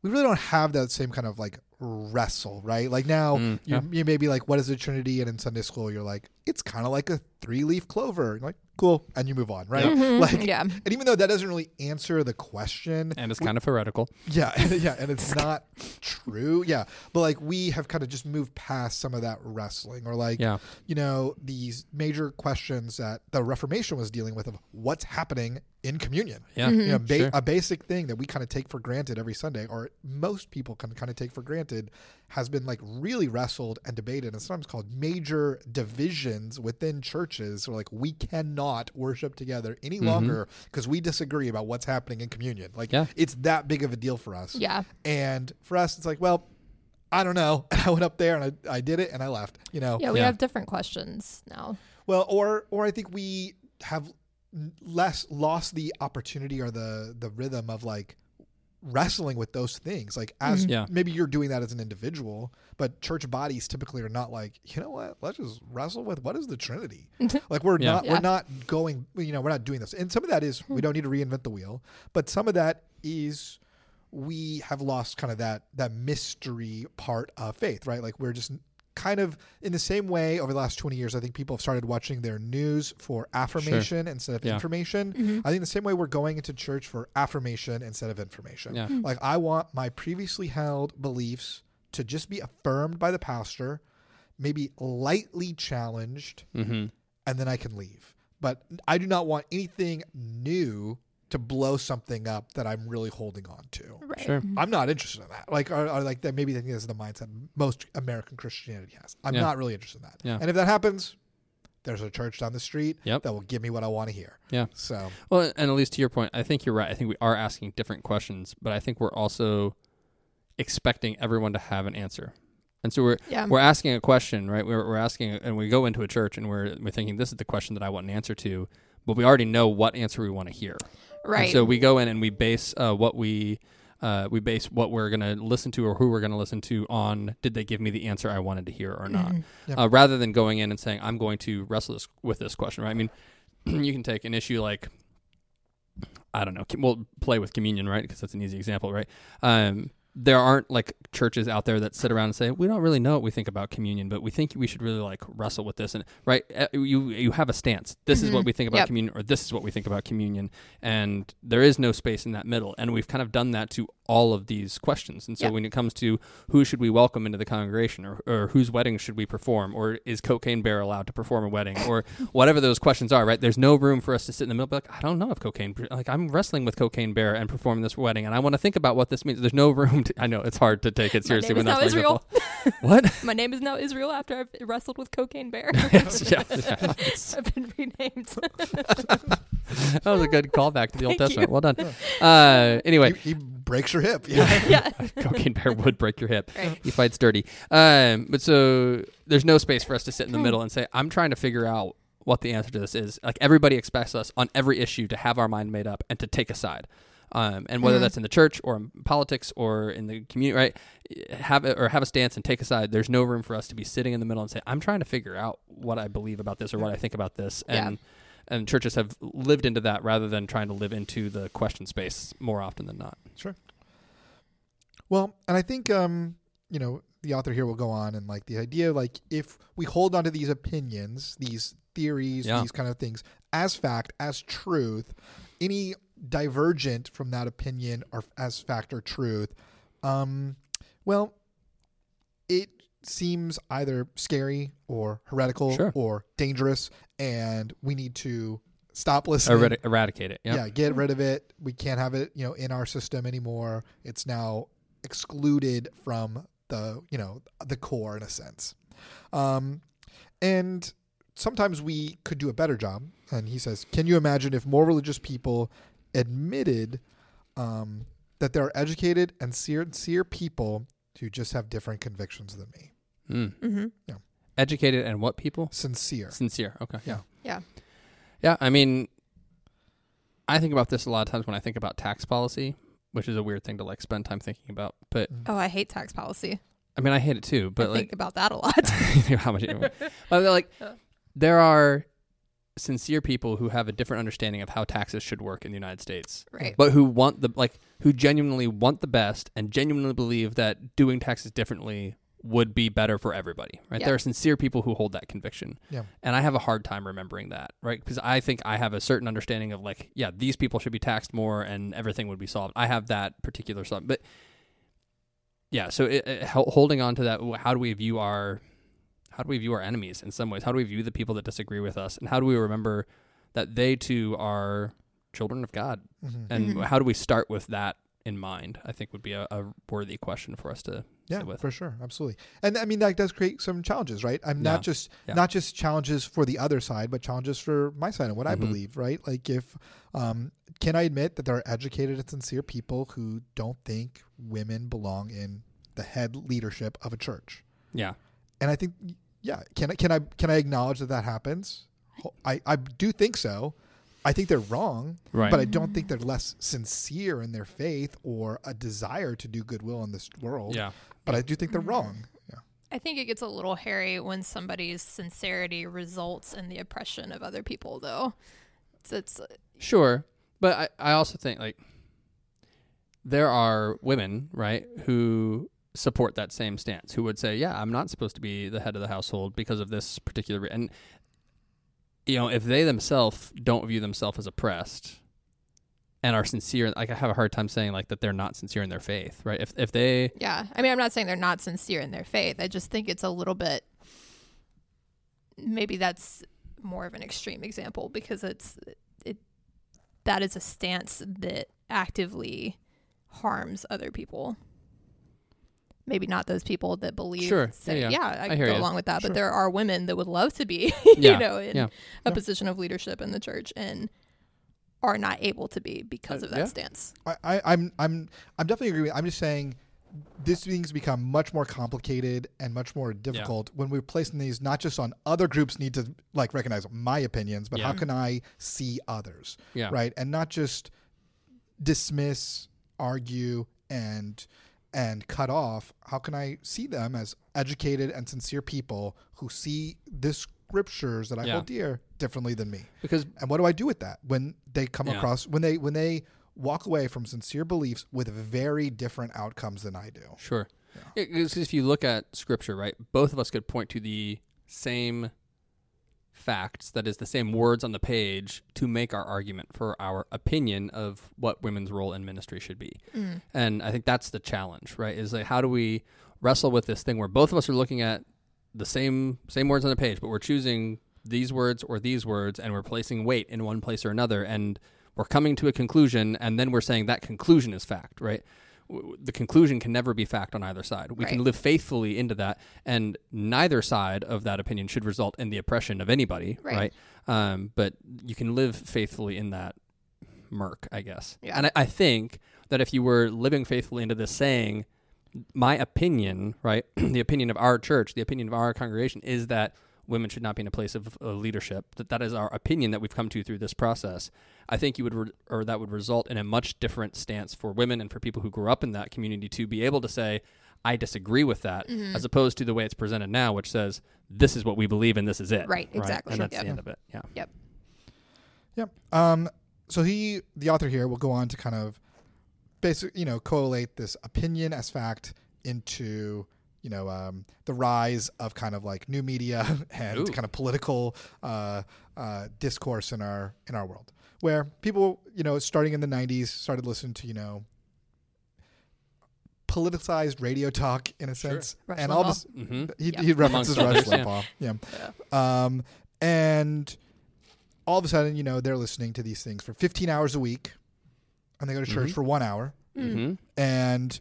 S3: we really don't have that same kind of like wrestle, right? Like now
S1: Mm,
S3: you,
S1: yeah.
S3: you may be like, "What is the Trinity?" and in Sunday school you're like, "It's kind of like a three-leaf clover." You're like, cool, and you move on, right? Like,
S2: yeah, Mm-hmm.
S3: and even though that doesn't really answer the question,
S1: And it's kind of heretical.
S3: Yeah, yeah, and it's not true. Yeah, but like we have kind of just moved past some of that wrestling, or like
S1: Yeah.
S3: you know these major questions that the Reformation was dealing with of what's happening in communion.
S1: Yeah.
S3: You know, ba-
S1: Sure.
S3: a basic thing that we kind of take for granted every Sunday, or most people can kind of take for granted, has been like really wrestled and debated, and sometimes called major divisions within churches. So like we cannot worship together any longer because we disagree about what's happening in communion. Like
S1: Mm-hmm. Yeah.
S3: it's that big of a deal for us.
S2: yeah.
S3: And for us, it's like, well, I don't know. And I went up there and I, I did it and I left. You know.
S2: Yeah, we
S1: Oh, Yeah.
S2: have different questions now.
S3: Well, or or I think we have n- less lost the opportunity or the the rhythm of like wrestling with those things like as
S1: Mhm. Yeah.
S3: maybe you're doing that as an individual but church bodies typically are not like you know what let's just wrestle with what is the trinity like we're
S1: Yeah.
S3: not
S2: Yeah.
S3: we're not going you know we're not doing this and some of that is we don't need to reinvent the wheel but some of that is we have lost kind of that that mystery part of faith right like we're just kind of in the same way over the last 20 years i think people have started watching their news for affirmation instead of
S1: Yeah.
S3: information
S2: Mm-hmm.
S3: i think the same way we're going into church for affirmation instead of information
S1: Yeah.
S3: like i want my previously held beliefs to just be affirmed by the pastor maybe lightly challenged
S1: Mm-hmm.
S3: and then I can leave. But I do not want anything new to blow something up that I'm really holding on to.
S2: Right.
S1: Sure.
S3: I'm not interested in that. Like, or, or like that. Maybe I think this is the mindset most American Christianity has. I'm
S1: Yeah.
S3: not really interested in that.
S1: Yeah.
S3: And if that happens, there's a church down the street
S1: Yep.
S3: that will give me what I want to hear.
S1: Yeah.
S3: So
S1: Well, and at least to your point, I think you're right. I think we are asking different questions, but I think we're also expecting everyone to have an answer. And so we're
S2: Yeah.
S1: we're asking a question, right? We're, we're asking, and we go into a church and we're we're thinking this is the question that I want an answer to, but we already know what answer we want to hear. And
S2: Right.
S1: so we go in and we base uh, what we uh, we base what we're going to listen to or who we're going to listen to on did they give me the answer I wanted to hear or
S2: Mm-hmm.
S1: not,
S3: Yep.
S1: uh, rather than going in and saying I'm going to wrestle this, with this question. Right? I mean, you can take an issue like I don't know. com- We'll play with communion, right? Because that's an easy example, right? Um, there aren't like churches out there that sit around and say we don't really know what we think about communion, but we think we should really like wrestle with this and right. Uh, You you have a stance. This is what
S2: Mhm.
S1: we think about
S2: Yep.
S1: communion, or this is what we think about communion, and there is no space in that middle. And we've kind of done that to all of these questions. And so
S2: Yep.
S1: when it comes to who should we welcome into the congregation, or, or whose wedding should we perform, or is Cocaine Bear allowed to perform a wedding, or whatever those questions are, right? There's no room for us to sit in the middle. Be like, I don't know if cocaine, like I'm wrestling with cocaine bear and performing this wedding, and I want to think about what this means. There's no room. To, I know it's hard to take it
S2: My
S1: seriously when
S2: name is now
S1: that's
S2: Israel.
S1: What?
S2: My name is now Israel after I've wrestled with Cocaine Bear.
S1: Yes, yeah, yeah.
S2: I've been renamed.
S1: That was a good callback to the Old
S2: Thank
S1: Testament. Well done. Uh, anyway,
S3: he, he breaks your hip. Yeah.
S2: yeah.
S1: cocaine bear would break your hip.
S2: Right.
S1: He fights dirty. Um, but so there's no space for us to sit
S2: Hmm.
S1: in the middle and say, I'm trying to figure out what the answer to this is. Like everybody expects us on every issue to have our mind made up and to take a side. Um, and whether
S2: Mhm.
S1: that's in the church or in politics or in the community, right? Have a, or have a stance and take a side. There's no room for us to be sitting in the middle and say, "I'm trying to figure out what I believe about this or what I think about this."
S2: Yeah.
S1: And and churches have lived into that rather than trying to live into the question space more often than not.
S3: Well, and I think um, you know, the author here will go on and like the idea like if we hold on to these opinions, these theories,
S1: Yeah.
S3: these kind of things as fact, as truth, any divergent from that opinion or as fact or truth, um, well, it seems either scary or heretical
S1: Sure.
S3: or dangerous and we need to stop listening
S1: Eradi- eradicate it.
S3: yeah get rid of it we can't have it you know in our system anymore it's now excluded from the you know the core in a sense um and sometimes we could do a better job and he says can you imagine if more religious people admitted um that there are educated and sincere people who just have different convictions than me
S1: Mm.
S2: Mm-hmm.
S1: Educated and what people?
S3: sincere
S1: Sincere. Okay.
S3: Yeah.
S2: Yeah.
S1: Yeah. I mean, I think about this a lot of times when I think about tax policy, which is a weird thing to like spend time thinking about. But
S3: Mm-hmm.
S2: Oh, I hate tax policy.
S1: I mean, I hate it too. But
S2: I
S1: like,
S2: think about that a lot.
S1: how much? But they're like, there are sincere people who have a different understanding of how taxes should work in the United States.
S2: right.
S1: but who want the like who genuinely want the best and genuinely believe that doing taxes differently would be better for everybody right
S2: Yeah.
S1: there are sincere people who hold that conviction
S3: Yeah.
S1: and i have a hard time remembering that right because i think i have a certain understanding of like yeah these people should be taxed more and everything would be solved i have that particular sub but yeah so it, it, hel- holding on to that wh- how do we view our how do we view our enemies in some ways how do we view the people that disagree with us and how do we remember that they too are children of god
S3: Mhm.
S1: and
S2: Mhm.
S1: how do we start with that in mind? I think would be a, a worthy question for us to
S3: yeah
S1: sit with.
S3: for sure absolutely and i mean that does create some challenges right i'm
S1: Yeah.
S3: not just
S1: Yeah.
S3: not just challenges for the other side but challenges for my side and what
S1: Mhm.
S3: i believe right like if um, can i admit that there are educated and sincere people who don't think women belong in the head leadership of a church
S1: Yeah,
S3: and i think yeah can i can i can i acknowledge that that happens i i do think so I think they're wrong,
S1: Right.
S3: but I don't think they're less sincere in their faith or a desire to do goodwill in this world.
S1: Yeah.
S3: But I do think
S1: Mm-hmm.
S3: they're wrong. Yeah.
S2: I think it gets a little hairy when somebody's sincerity results in the oppression of other people, though. It's, it's
S1: Sure. But I, I also think like there are women, right, who support that same stance, who would say, Yeah, I'm not supposed to be the head of the household because of this particular re-. and you know, if they themselves don't view themselves as oppressed and are sincere like I have a hard time saying like that they're not sincere in their faith, right? If if they
S2: yeah. I mean, I'm not saying they're not sincere in their faith. I just think it's a little bit. Maybe that's more of an extreme example because it's it that is a stance that actively harms other people. Maybe not those people that believe.
S1: Sure.
S2: Say,
S1: Yeah,
S2: yeah,
S1: yeah.
S2: I,
S1: I hear
S2: go
S1: you.
S2: along with that.
S3: Sure.
S2: But there are women that would love to be,
S1: Yeah,
S2: you know, in
S1: yeah.
S2: a
S3: Yeah.
S2: position of leadership in the church and are not able to be because
S1: Uh,
S2: of that
S1: yeah.
S2: stance.
S3: I, I, I'm I'm I'm definitely agreeing. I'm just saying this things become much more complicated and much more difficult when we're placing these not just on other groups need to like recognize my opinions, but how
S1: Yeah.
S3: can I see others?
S1: Yeah.
S3: Right. And not just dismiss, argue, and and cut off. How can I see them as educated and sincere people who see this scriptures that I
S1: Yeah.
S3: hold dear differently than me?
S1: because
S3: And what do I do with that when they come
S1: Yeah.
S3: across when they when they walk away from sincere beliefs with very different outcomes than I do?
S1: Sure. Yeah, 'cause if you look at scripture, right, both of us could point to the same facts, that is, the same words on the page, to make our argument for our opinion of what women's role in ministry should be. And I think that's the challenge, right? Is like, how do we wrestle with this thing where both of us are looking at the same same words on the page, but we're choosing these words or these words, and we're placing weight in one place or another, and we're coming to a conclusion, and then we're saying that conclusion is fact, right? W- w- The conclusion can never be fact on either side. We can
S2: Right.
S1: live faithfully into that, and neither side of that opinion should result in the oppression of anybody, right?
S2: Right.
S1: Um, but you can live faithfully in that murk, I guess.
S2: Yeah.
S1: And I, I think that if you were living faithfully into this saying, my opinion, right, the opinion of our church, the opinion of our congregation is that women should not be in a place of, uh leadership. That that is our opinion that we've come to through this process. I think you would, re- or that would result in a much different stance for women and for people who grew up in that community to be able to say, I disagree with that,
S2: Mm-hmm.
S1: as opposed to the way it's presented now, which says this is what we believe and this is it.
S2: Right, exactly.
S1: And that's
S2: Yep.
S1: the end of it. Yeah.
S2: Yep.
S3: Yep. Um, so he, the author here, will go on to kind of basically, you know, collate this opinion as fact into, you know, um, the rise of kind of like new media and
S1: Ooh.
S3: kind of political uh, uh, discourse in our in our world, where people, you know, starting in the '90s, started listening to, you know. Politicized radio talk, in a sense,
S2: Rush
S3: and all
S2: Limbaugh.
S3: this,
S1: Mm-hmm.
S3: he,
S2: Yeah.
S3: he references Rush
S1: Amongst others,
S3: Limbaugh. Yeah. Um, and all of a sudden, you know, they're listening to these things for 15 hours a week, and they go to church
S1: Mhm.
S3: for one hour,
S2: Hmm. Mm.
S1: Mm-hmm.
S3: and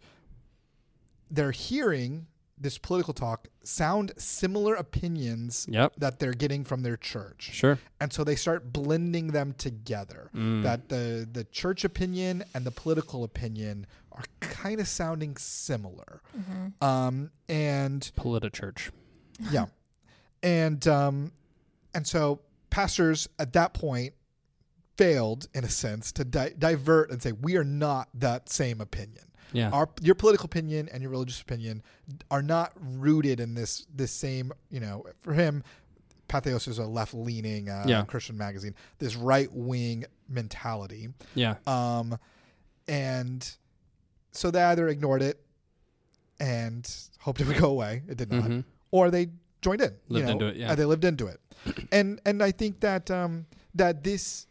S3: they're hearing this political talk sound similar opinions
S1: Yep.
S3: that they're getting from their church,
S1: Sure.
S3: and so they start blending them together.
S1: Mm.
S3: That the the church opinion and the political opinion are kind of sounding similar,
S1: Mm-hmm.
S2: Mm-hmm.
S3: um, and
S1: Politichurch.
S3: yeah and um and so pastors at that point failed in a sense to di- divert and say we are not that same opinion
S1: Yeah.
S3: our your political opinion and your religious opinion are not rooted in this this same you know for him Pathos is a left leaning uh,
S1: Yeah.
S3: Christian magazine this right wing mentality
S1: yeah.
S3: um, and so they either ignored it and hoped it would go away. It did not,
S1: Mhm.
S3: or they joined in. you
S1: Lived
S3: know,
S1: into it, yeah.
S3: and they lived into it. And and I think that um, that this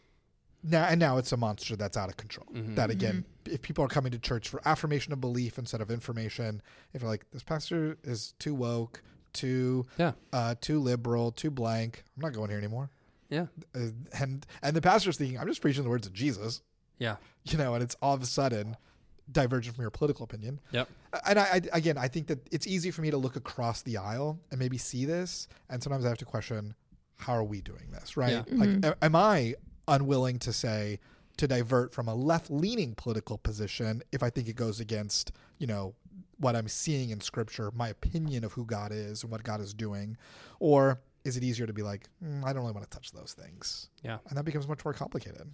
S3: now and now it's a monster that's out of control.
S1: Mm-hmm.
S3: That again, if people are coming to church for affirmation of belief instead of information, if you're like this pastor is too woke, too
S1: Yeah.
S3: uh, too liberal, too blank, I'm not going here anymore.
S1: Yeah.
S3: Uh, and and the pastor's thinking, I'm just preaching the words of Jesus
S1: Yeah.
S3: you know, and it's all of a sudden divergent from your political opinion.
S1: Yep.
S3: And I, I again, I think that it's easy for me to look across the aisle and maybe see this, and sometimes I have to question, how are we doing this, right?
S1: Yeah.
S3: Like, a- am I unwilling to say to divert from a left-leaning political position if I think it goes against, you know, what I'm seeing in Scripture, my opinion of who God is and what God is doing, or is it easier to be like, "Mm, I don't really want to touch those things?
S1: Yeah.
S3: And that becomes much more complicated.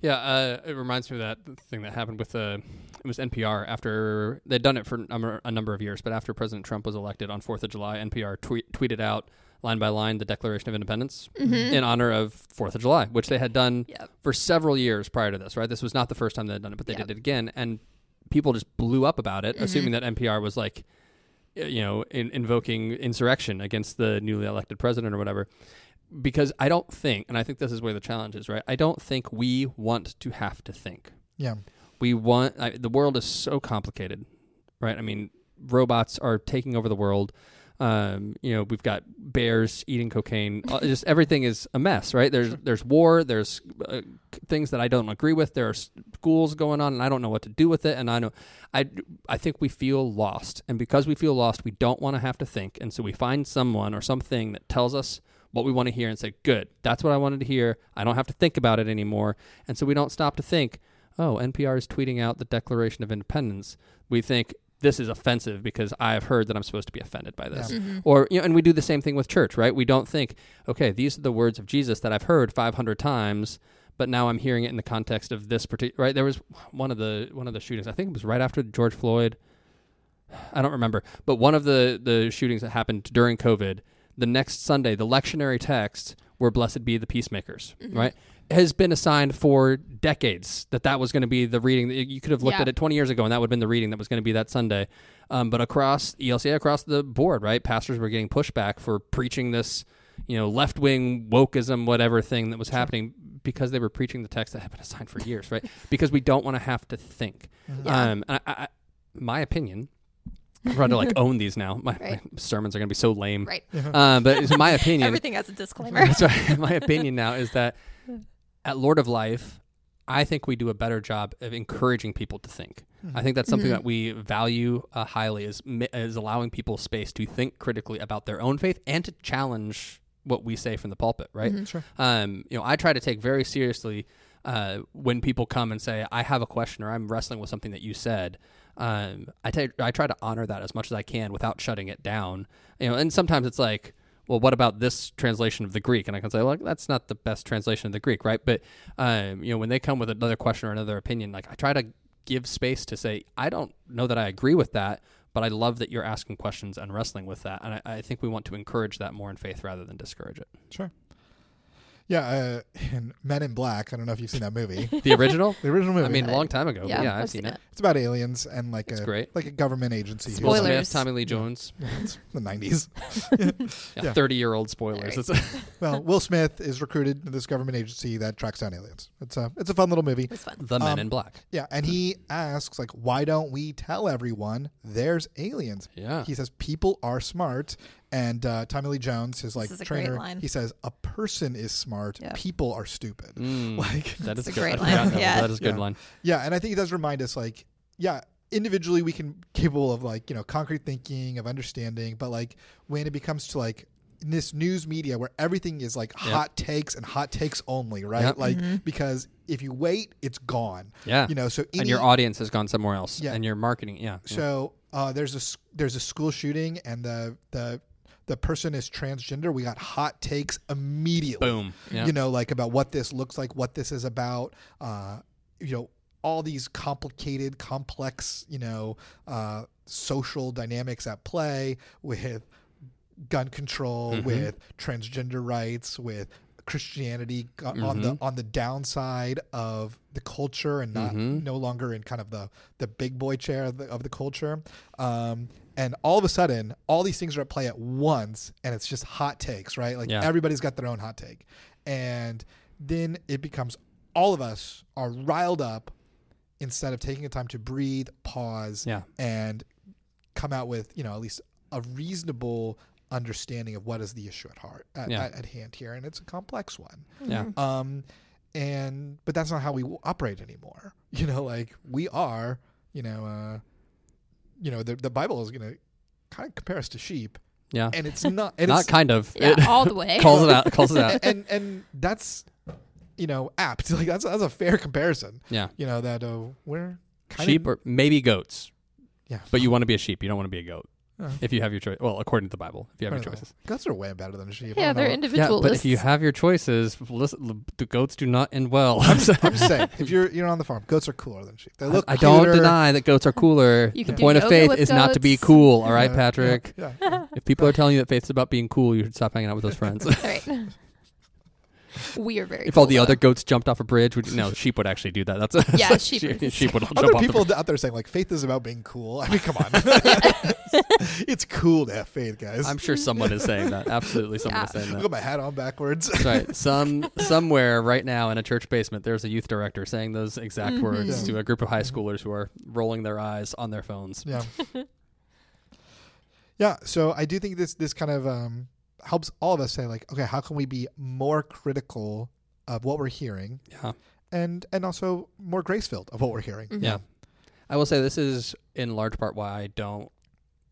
S1: Yeah, uh, it reminds me of that thing that happened with uh, it was NPR after they'd done it for a number, a number of years, but after President Trump was elected on Fourth of July, NPR tweet, tweeted out line by line the Declaration of Independence in honor of Fourth of July, which they had done
S2: Mm-hmm. Yep.
S1: for several years prior to this. Right, this was not the first time they'd done it, but they
S2: Yep. Mm-hmm.
S1: did it again, and people just blew up about it, assuming that NPR was like, y- you know, in, invoking insurrection against the newly elected president or whatever because I don't think, and I think this is where the challenge is, right? I don't think we want to have to think.
S3: Yeah.
S1: We want I, the world is so complicated, right? I mean, robots are taking over the world. Um, you know, we've got bears eating cocaine. Uh, Just everything is a mess, right? There's there's war. There's uh, c- things that I don't agree with. There are schools going on, and I don't know what to do with it. And I know, I I think we feel lost, and because we feel lost, we don't want to have to think, and so we find someone or something that tells us what we want to hear and say, good, that's what I wanted to hear. I don't have to think about it anymore. And so we don't stop to think, oh, NPR is tweeting out the Declaration of Independence. We think this is offensive because I've heard that I'm supposed to be offended by this.
S2: Mm-hmm.
S1: Or you know, and we do the same thing with church, right? We don't think, okay, these are the words of Jesus that I've heard 500 times, but now I'm hearing it in the context of this particular right. There was one of the one of the shootings. I think it was right after George Floyd. I don't remember, but one of the the shootings that happened during COVID, the next Sunday, the lectionary texts were "Blessed be the peacemakers," right? Has been assigned for decades that that was going to be the reading. You could have looked
S2: Yeah.
S1: at it 20 years ago, and that would have been the reading that was going to be that Sunday. Um, but across ELCA, across the board, right, pastors were getting pushback for preaching this, you know, left wing wokeism, whatever thing that was happening because they were preaching the text that had been assigned for years, right? because we don't want to have to think. Um, and I, I, my opinion, I'm trying to like own these now. My, my
S2: Right.
S1: sermons are going to be so lame.
S2: Right.
S1: Uh, but it's my opinion.
S2: Everything has a disclaimer.
S1: That's right. My opinion now is that at Lord of Life, I think we do a better job of encouraging people to think.
S2: Hmm.
S1: I think that's
S2: Mm-hmm.
S1: something that we value uh, highly is mi- is allowing people space to think critically about their own faith and to challenge what we say from the pulpit, right?
S3: Sure.
S1: Um, you know, I try to take very seriously uh, when people come and say, "I have a question" or "I'm wrestling with something that you said." Um, I take I try to honor that as much as I can without shutting it down. You know, and sometimes it's like, "Well, what about this translation of the Greek?" And I can say, "Well, that's not the best translation of the Greek, right?" But um, you know, when they come with another question or another opinion, like I try to give space to say, "I don't know that I agree with that." But I love that you're asking questions and wrestling with that, and I, I think we want to encourage that more in faith rather than discourage it.
S3: Sure. Yeah. Uh, in Men in Black, I don't know if you've seen that movie.
S1: The original,
S3: the original movie.
S1: I mean, a long time ago. Yeah,
S2: Yeah,
S1: yeah I've,
S2: I've
S1: seen,
S2: seen
S1: it.
S3: it's about aliens and like
S1: It's
S3: a
S1: great.
S3: like a government agency. who's-
S1: Will
S2: Spoiler.
S1: Smith,
S2: Spoilers.
S1: Tommy Lee Jones,
S3: It's the nineties. Yeah.
S1: thirty-year-old spoilers.
S2: Alright.
S1: It's-
S3: Well, Will Smith is recruited to this government agency that tracks down aliens. It's a it's a fun little movie.
S2: It's fun.
S1: the Men
S3: Um,
S1: in Black.
S3: Yeah, and he asks like, why don't we tell everyone there's aliens?
S1: Yeah.
S3: He says people are smart, and uh, Tommy Lee Jones, his like
S2: is a great
S3: trainer,
S2: line.
S3: he says a person is smart,
S2: Yeah.
S3: people are stupid.
S1: Mm,
S3: Like,
S1: that is
S2: a
S1: good.
S2: great
S1: I forgot
S2: line.
S1: that.
S2: Yeah.
S1: that is a good
S3: Yeah.
S1: line.
S3: yeah, and I think it does remind us like, yeah, individually we can capable of like you know concrete thinking of understanding, but like when it becomes to like in this news media where everything is like hot takes and hot takes only, right?
S1: Yep.
S3: Like because if you wait, it's gone.
S1: Yeah,
S3: You know, so any,
S1: and your audience has gone somewhere else,
S3: Yeah.
S1: and your marketing. Yeah, yeah.
S3: So uh, there's a s- there's a school shooting, and the the the person is transgender. We got hot takes immediately.
S1: boom. Yeah.
S3: You know, like about what this looks like, what this is about. Uh, you know, all these complicated, complex, you know, uh, social dynamics at play with gun control, with transgender rights, with Christianity go- on the on the downside of the culture and not no longer in kind of the the big boy chair of the, of the culture. Um, and all of a sudden, all these things are at play at once, and it's just hot takes, right? Like
S1: Yeah.
S3: everybody's got their own hot take, and then it becomes all of us are riled up instead of taking the time to breathe, pause,
S1: Yeah.
S3: and come out with you know at least a reasonable understanding of what is the issue at heart at,
S1: Yeah.
S3: at, at hand here and it's a complex one
S2: Mm-hmm.
S1: yeah.
S3: um and but that's not how we w- operate anymore you know like we are you know uh you know the, the bible is gonna kind of compare us to sheep
S1: Yeah.
S3: and it's not and
S1: Not
S3: it's,
S1: kind of.
S2: Yeah,
S1: It
S2: all the way.
S1: calls it out. Calls it out.
S3: and and that's you know apt like that's that's a fair comparison
S1: Yeah.
S3: you know that uh we're kind
S1: Sheep
S3: of
S1: or maybe goats.
S3: Yeah. Oh.
S1: But you want to be a sheep. You don't want to be a goat.
S3: Yeah.
S1: If you have your choice, well, according to the Bible, if you have your
S3: I don't know.
S1: choices.
S3: Guts are way better than sheep. I
S2: Yeah,
S3: don't know
S2: they're
S3: what-
S1: Yeah,
S2: individual
S1: but if you have your choices, listen, the goats do not end well.
S3: I'm just saying, if you're you're on the farm, goats are cooler than sheep. They look.
S1: I don't
S3: cuter.
S1: deny that goats are cooler.
S2: You
S1: the
S2: can do
S1: point of
S2: yoga
S1: faith
S2: with
S1: is not to be
S2: goats.
S1: cool, all right,
S3: Yeah,
S1: Patrick?
S3: Yeah, yeah.
S1: If people are telling you that faith's about being cool, you should stop hanging out with those friends.
S2: All right. We are very.
S1: if all the
S2: cool,
S1: other
S2: though.
S1: goats jumped off a bridge, would, no, sheep would actually do that. That's a,
S2: Yeah,
S1: that's
S2: sheep
S1: a-
S2: would-
S1: sheep would all jump
S3: Other
S1: off the
S3: people out there saying like faith is about being cool. I mean, come on, it's cool to have faith, guys.
S1: I'm sure someone is saying that. Absolutely, someone is
S2: Yeah.
S1: saying
S3: I
S1: that.
S3: got my hat on backwards.
S1: Sorry, some somewhere right now in a church basement, there's a youth director saying those exact words
S2: Mm-hmm.
S3: Yeah.
S1: to a group of high schoolers who are rolling their eyes on their phones.
S3: Yeah. yeah. So I do think this this kind of um, helps all of us say like, okay, how can we be more critical of what we're hearing,
S1: Yeah.
S3: and and also more grace filled of what we're hearing.
S2: Mhm.
S1: Yeah. I will say this is in large part why I don't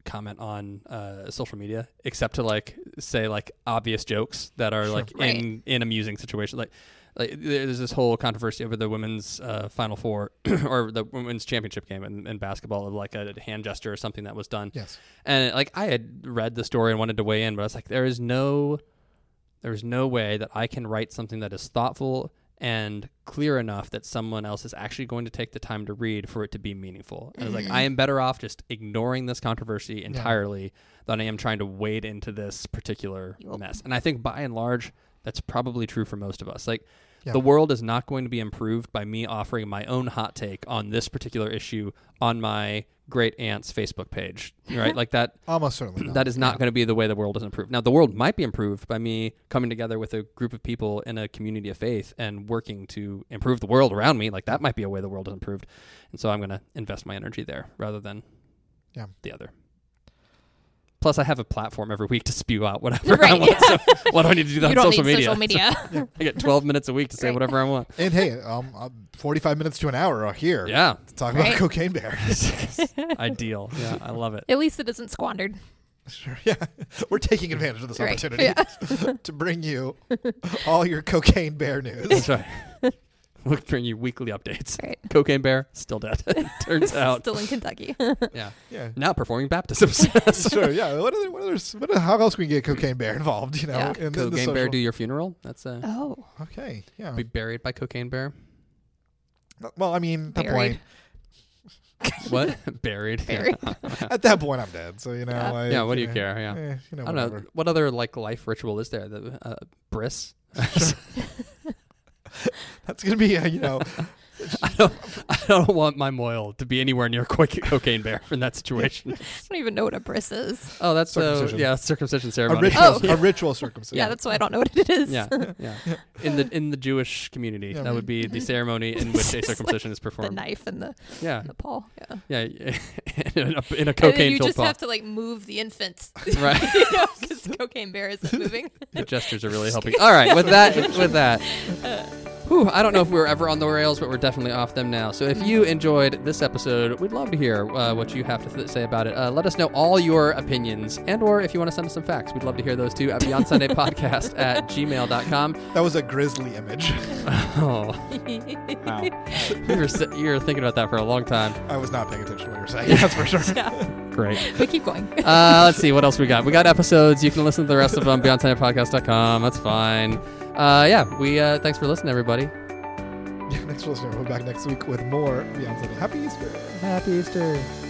S1: comment on uh, social media except to like say like obvious jokes that are like in in amusing situations like like there's this whole controversy over the women's uh, final four or the women's championship game in, in basketball of like a hand gesture or something that was done
S3: Yes.
S1: and like I had read the story and wanted to weigh in, but I was like, there is no, there is no way that I can write something that is thoughtful and clear enough that someone else is actually going to take the time to read for it to be meaningful. And I was like, I am better off just ignoring this controversy entirely than I am trying to wade into this particular
S2: Yup.
S1: mess. And I think by and large, that's probably true for most of us. Like.
S3: Yeah.
S1: The world is not going to be improved by me offering my own hot take on this particular issue on my great aunt's Facebook page, right? like that
S3: Almost certainly. Not.
S1: that is not going to be the way the world is improved. Now, the world might be improved by me coming together with a group of people in a community of faith and working to improve the world around me. Like that might be a way the world is improved, and so I'm going to invest my energy there rather than
S3: Yeah.
S1: the other. Plus, I have a platform every week to spew out whatever I
S2: Right.
S1: want. So why do I need to do that
S2: You
S1: on
S2: don't
S1: social
S2: need
S1: media?
S2: social media.
S1: I get 12 minutes a week to say
S2: Right.
S1: whatever I want.
S3: And hey, um, uh, forty-five minutes to an hour are here.
S1: Yeah,
S3: To talk
S2: Right.
S3: about cocaine bear.
S1: ideal. Yeah, I love it.
S2: At least it isn't squandered.
S3: sure. Yeah. We're taking advantage of this
S2: Right.
S3: opportunity
S2: Yeah.
S3: to bring you all your cocaine bear news.
S1: That's right. We'll bring you weekly updates.
S2: Right.
S1: Cocaine Bear still dead. Turns out,
S2: Still in Kentucky.
S1: yeah.
S3: Yeah.
S1: Now performing baptisms.
S3: sure. Yeah. What other? What other? What are, how else can we get cocaine bear involved? You know.
S2: Yeah.
S3: in- in the
S1: Cocaine Bear
S3: social-
S1: do your funeral. That's uh,
S2: oh,
S3: Okay. Yeah.
S1: be buried by Cocaine Bear.
S3: Well, I mean, at that
S2: Buried.
S3: point,
S1: What buried?
S2: Buried.
S1: Yeah.
S3: at that point, I'm dead. So you know,
S2: Yeah.
S3: like,
S1: yeah. What do you
S3: know,
S1: care? Yeah.
S3: eh, you know,
S1: I don't know.
S3: whatever.
S1: What other like life ritual is there? The uh, bris.
S3: That's gonna be, uh, you know,
S1: I don't. I don't want my moil to be anywhere near co- cocaine bear in that situation.
S2: I don't even know what a bris is.
S1: Oh, that's uh,
S3: Circumcision.
S1: yeah circumcision
S3: a
S1: ceremony.
S3: ritual,
S2: Oh.
S3: a ritual circumcision.
S2: Yeah, that's why I don't know what it is.
S1: Yeah, yeah. In the in the Jewish community,
S3: Yeah.
S1: that would be the ceremony in which a circumcision is
S2: The
S1: performed.
S2: knife and the,
S1: Yeah,
S2: the paw. Yeah.
S1: yeah. in a, in a
S2: And then
S1: cocaine
S2: you
S1: filled
S2: just
S1: pot.
S2: have to like move the infants,
S1: Right.
S2: you know, because cocaine bear isn't moving.
S1: The gestures are really helping. All right, with that, with that. Whew, I don't know if we were ever on the rails, but we're definitely off them now. So if you enjoyed this episode, we'd love to hear uh, what you have to th- say about it. Uh, let us know all your opinions, and or if you want to send us some facts, we'd love to hear those too at Beyond Sunday Podcast at gmail.com.
S3: That was a grisly image.
S1: Oh, you were, si- you were thinking about that for a long time.
S3: I was not paying attention to what you were saying. That's for sure.
S2: yeah.
S1: Great.
S2: But keep going.
S1: uh, let's see what else we got. We got episodes. You can listen to the rest of them beyondsunnypodcast.com. That's fine. Uh, yeah, we uh, thanks for listening, everybody.
S3: Next listener, we'll be back next week with more Beyonce. Happy Easter.
S1: Happy Easter.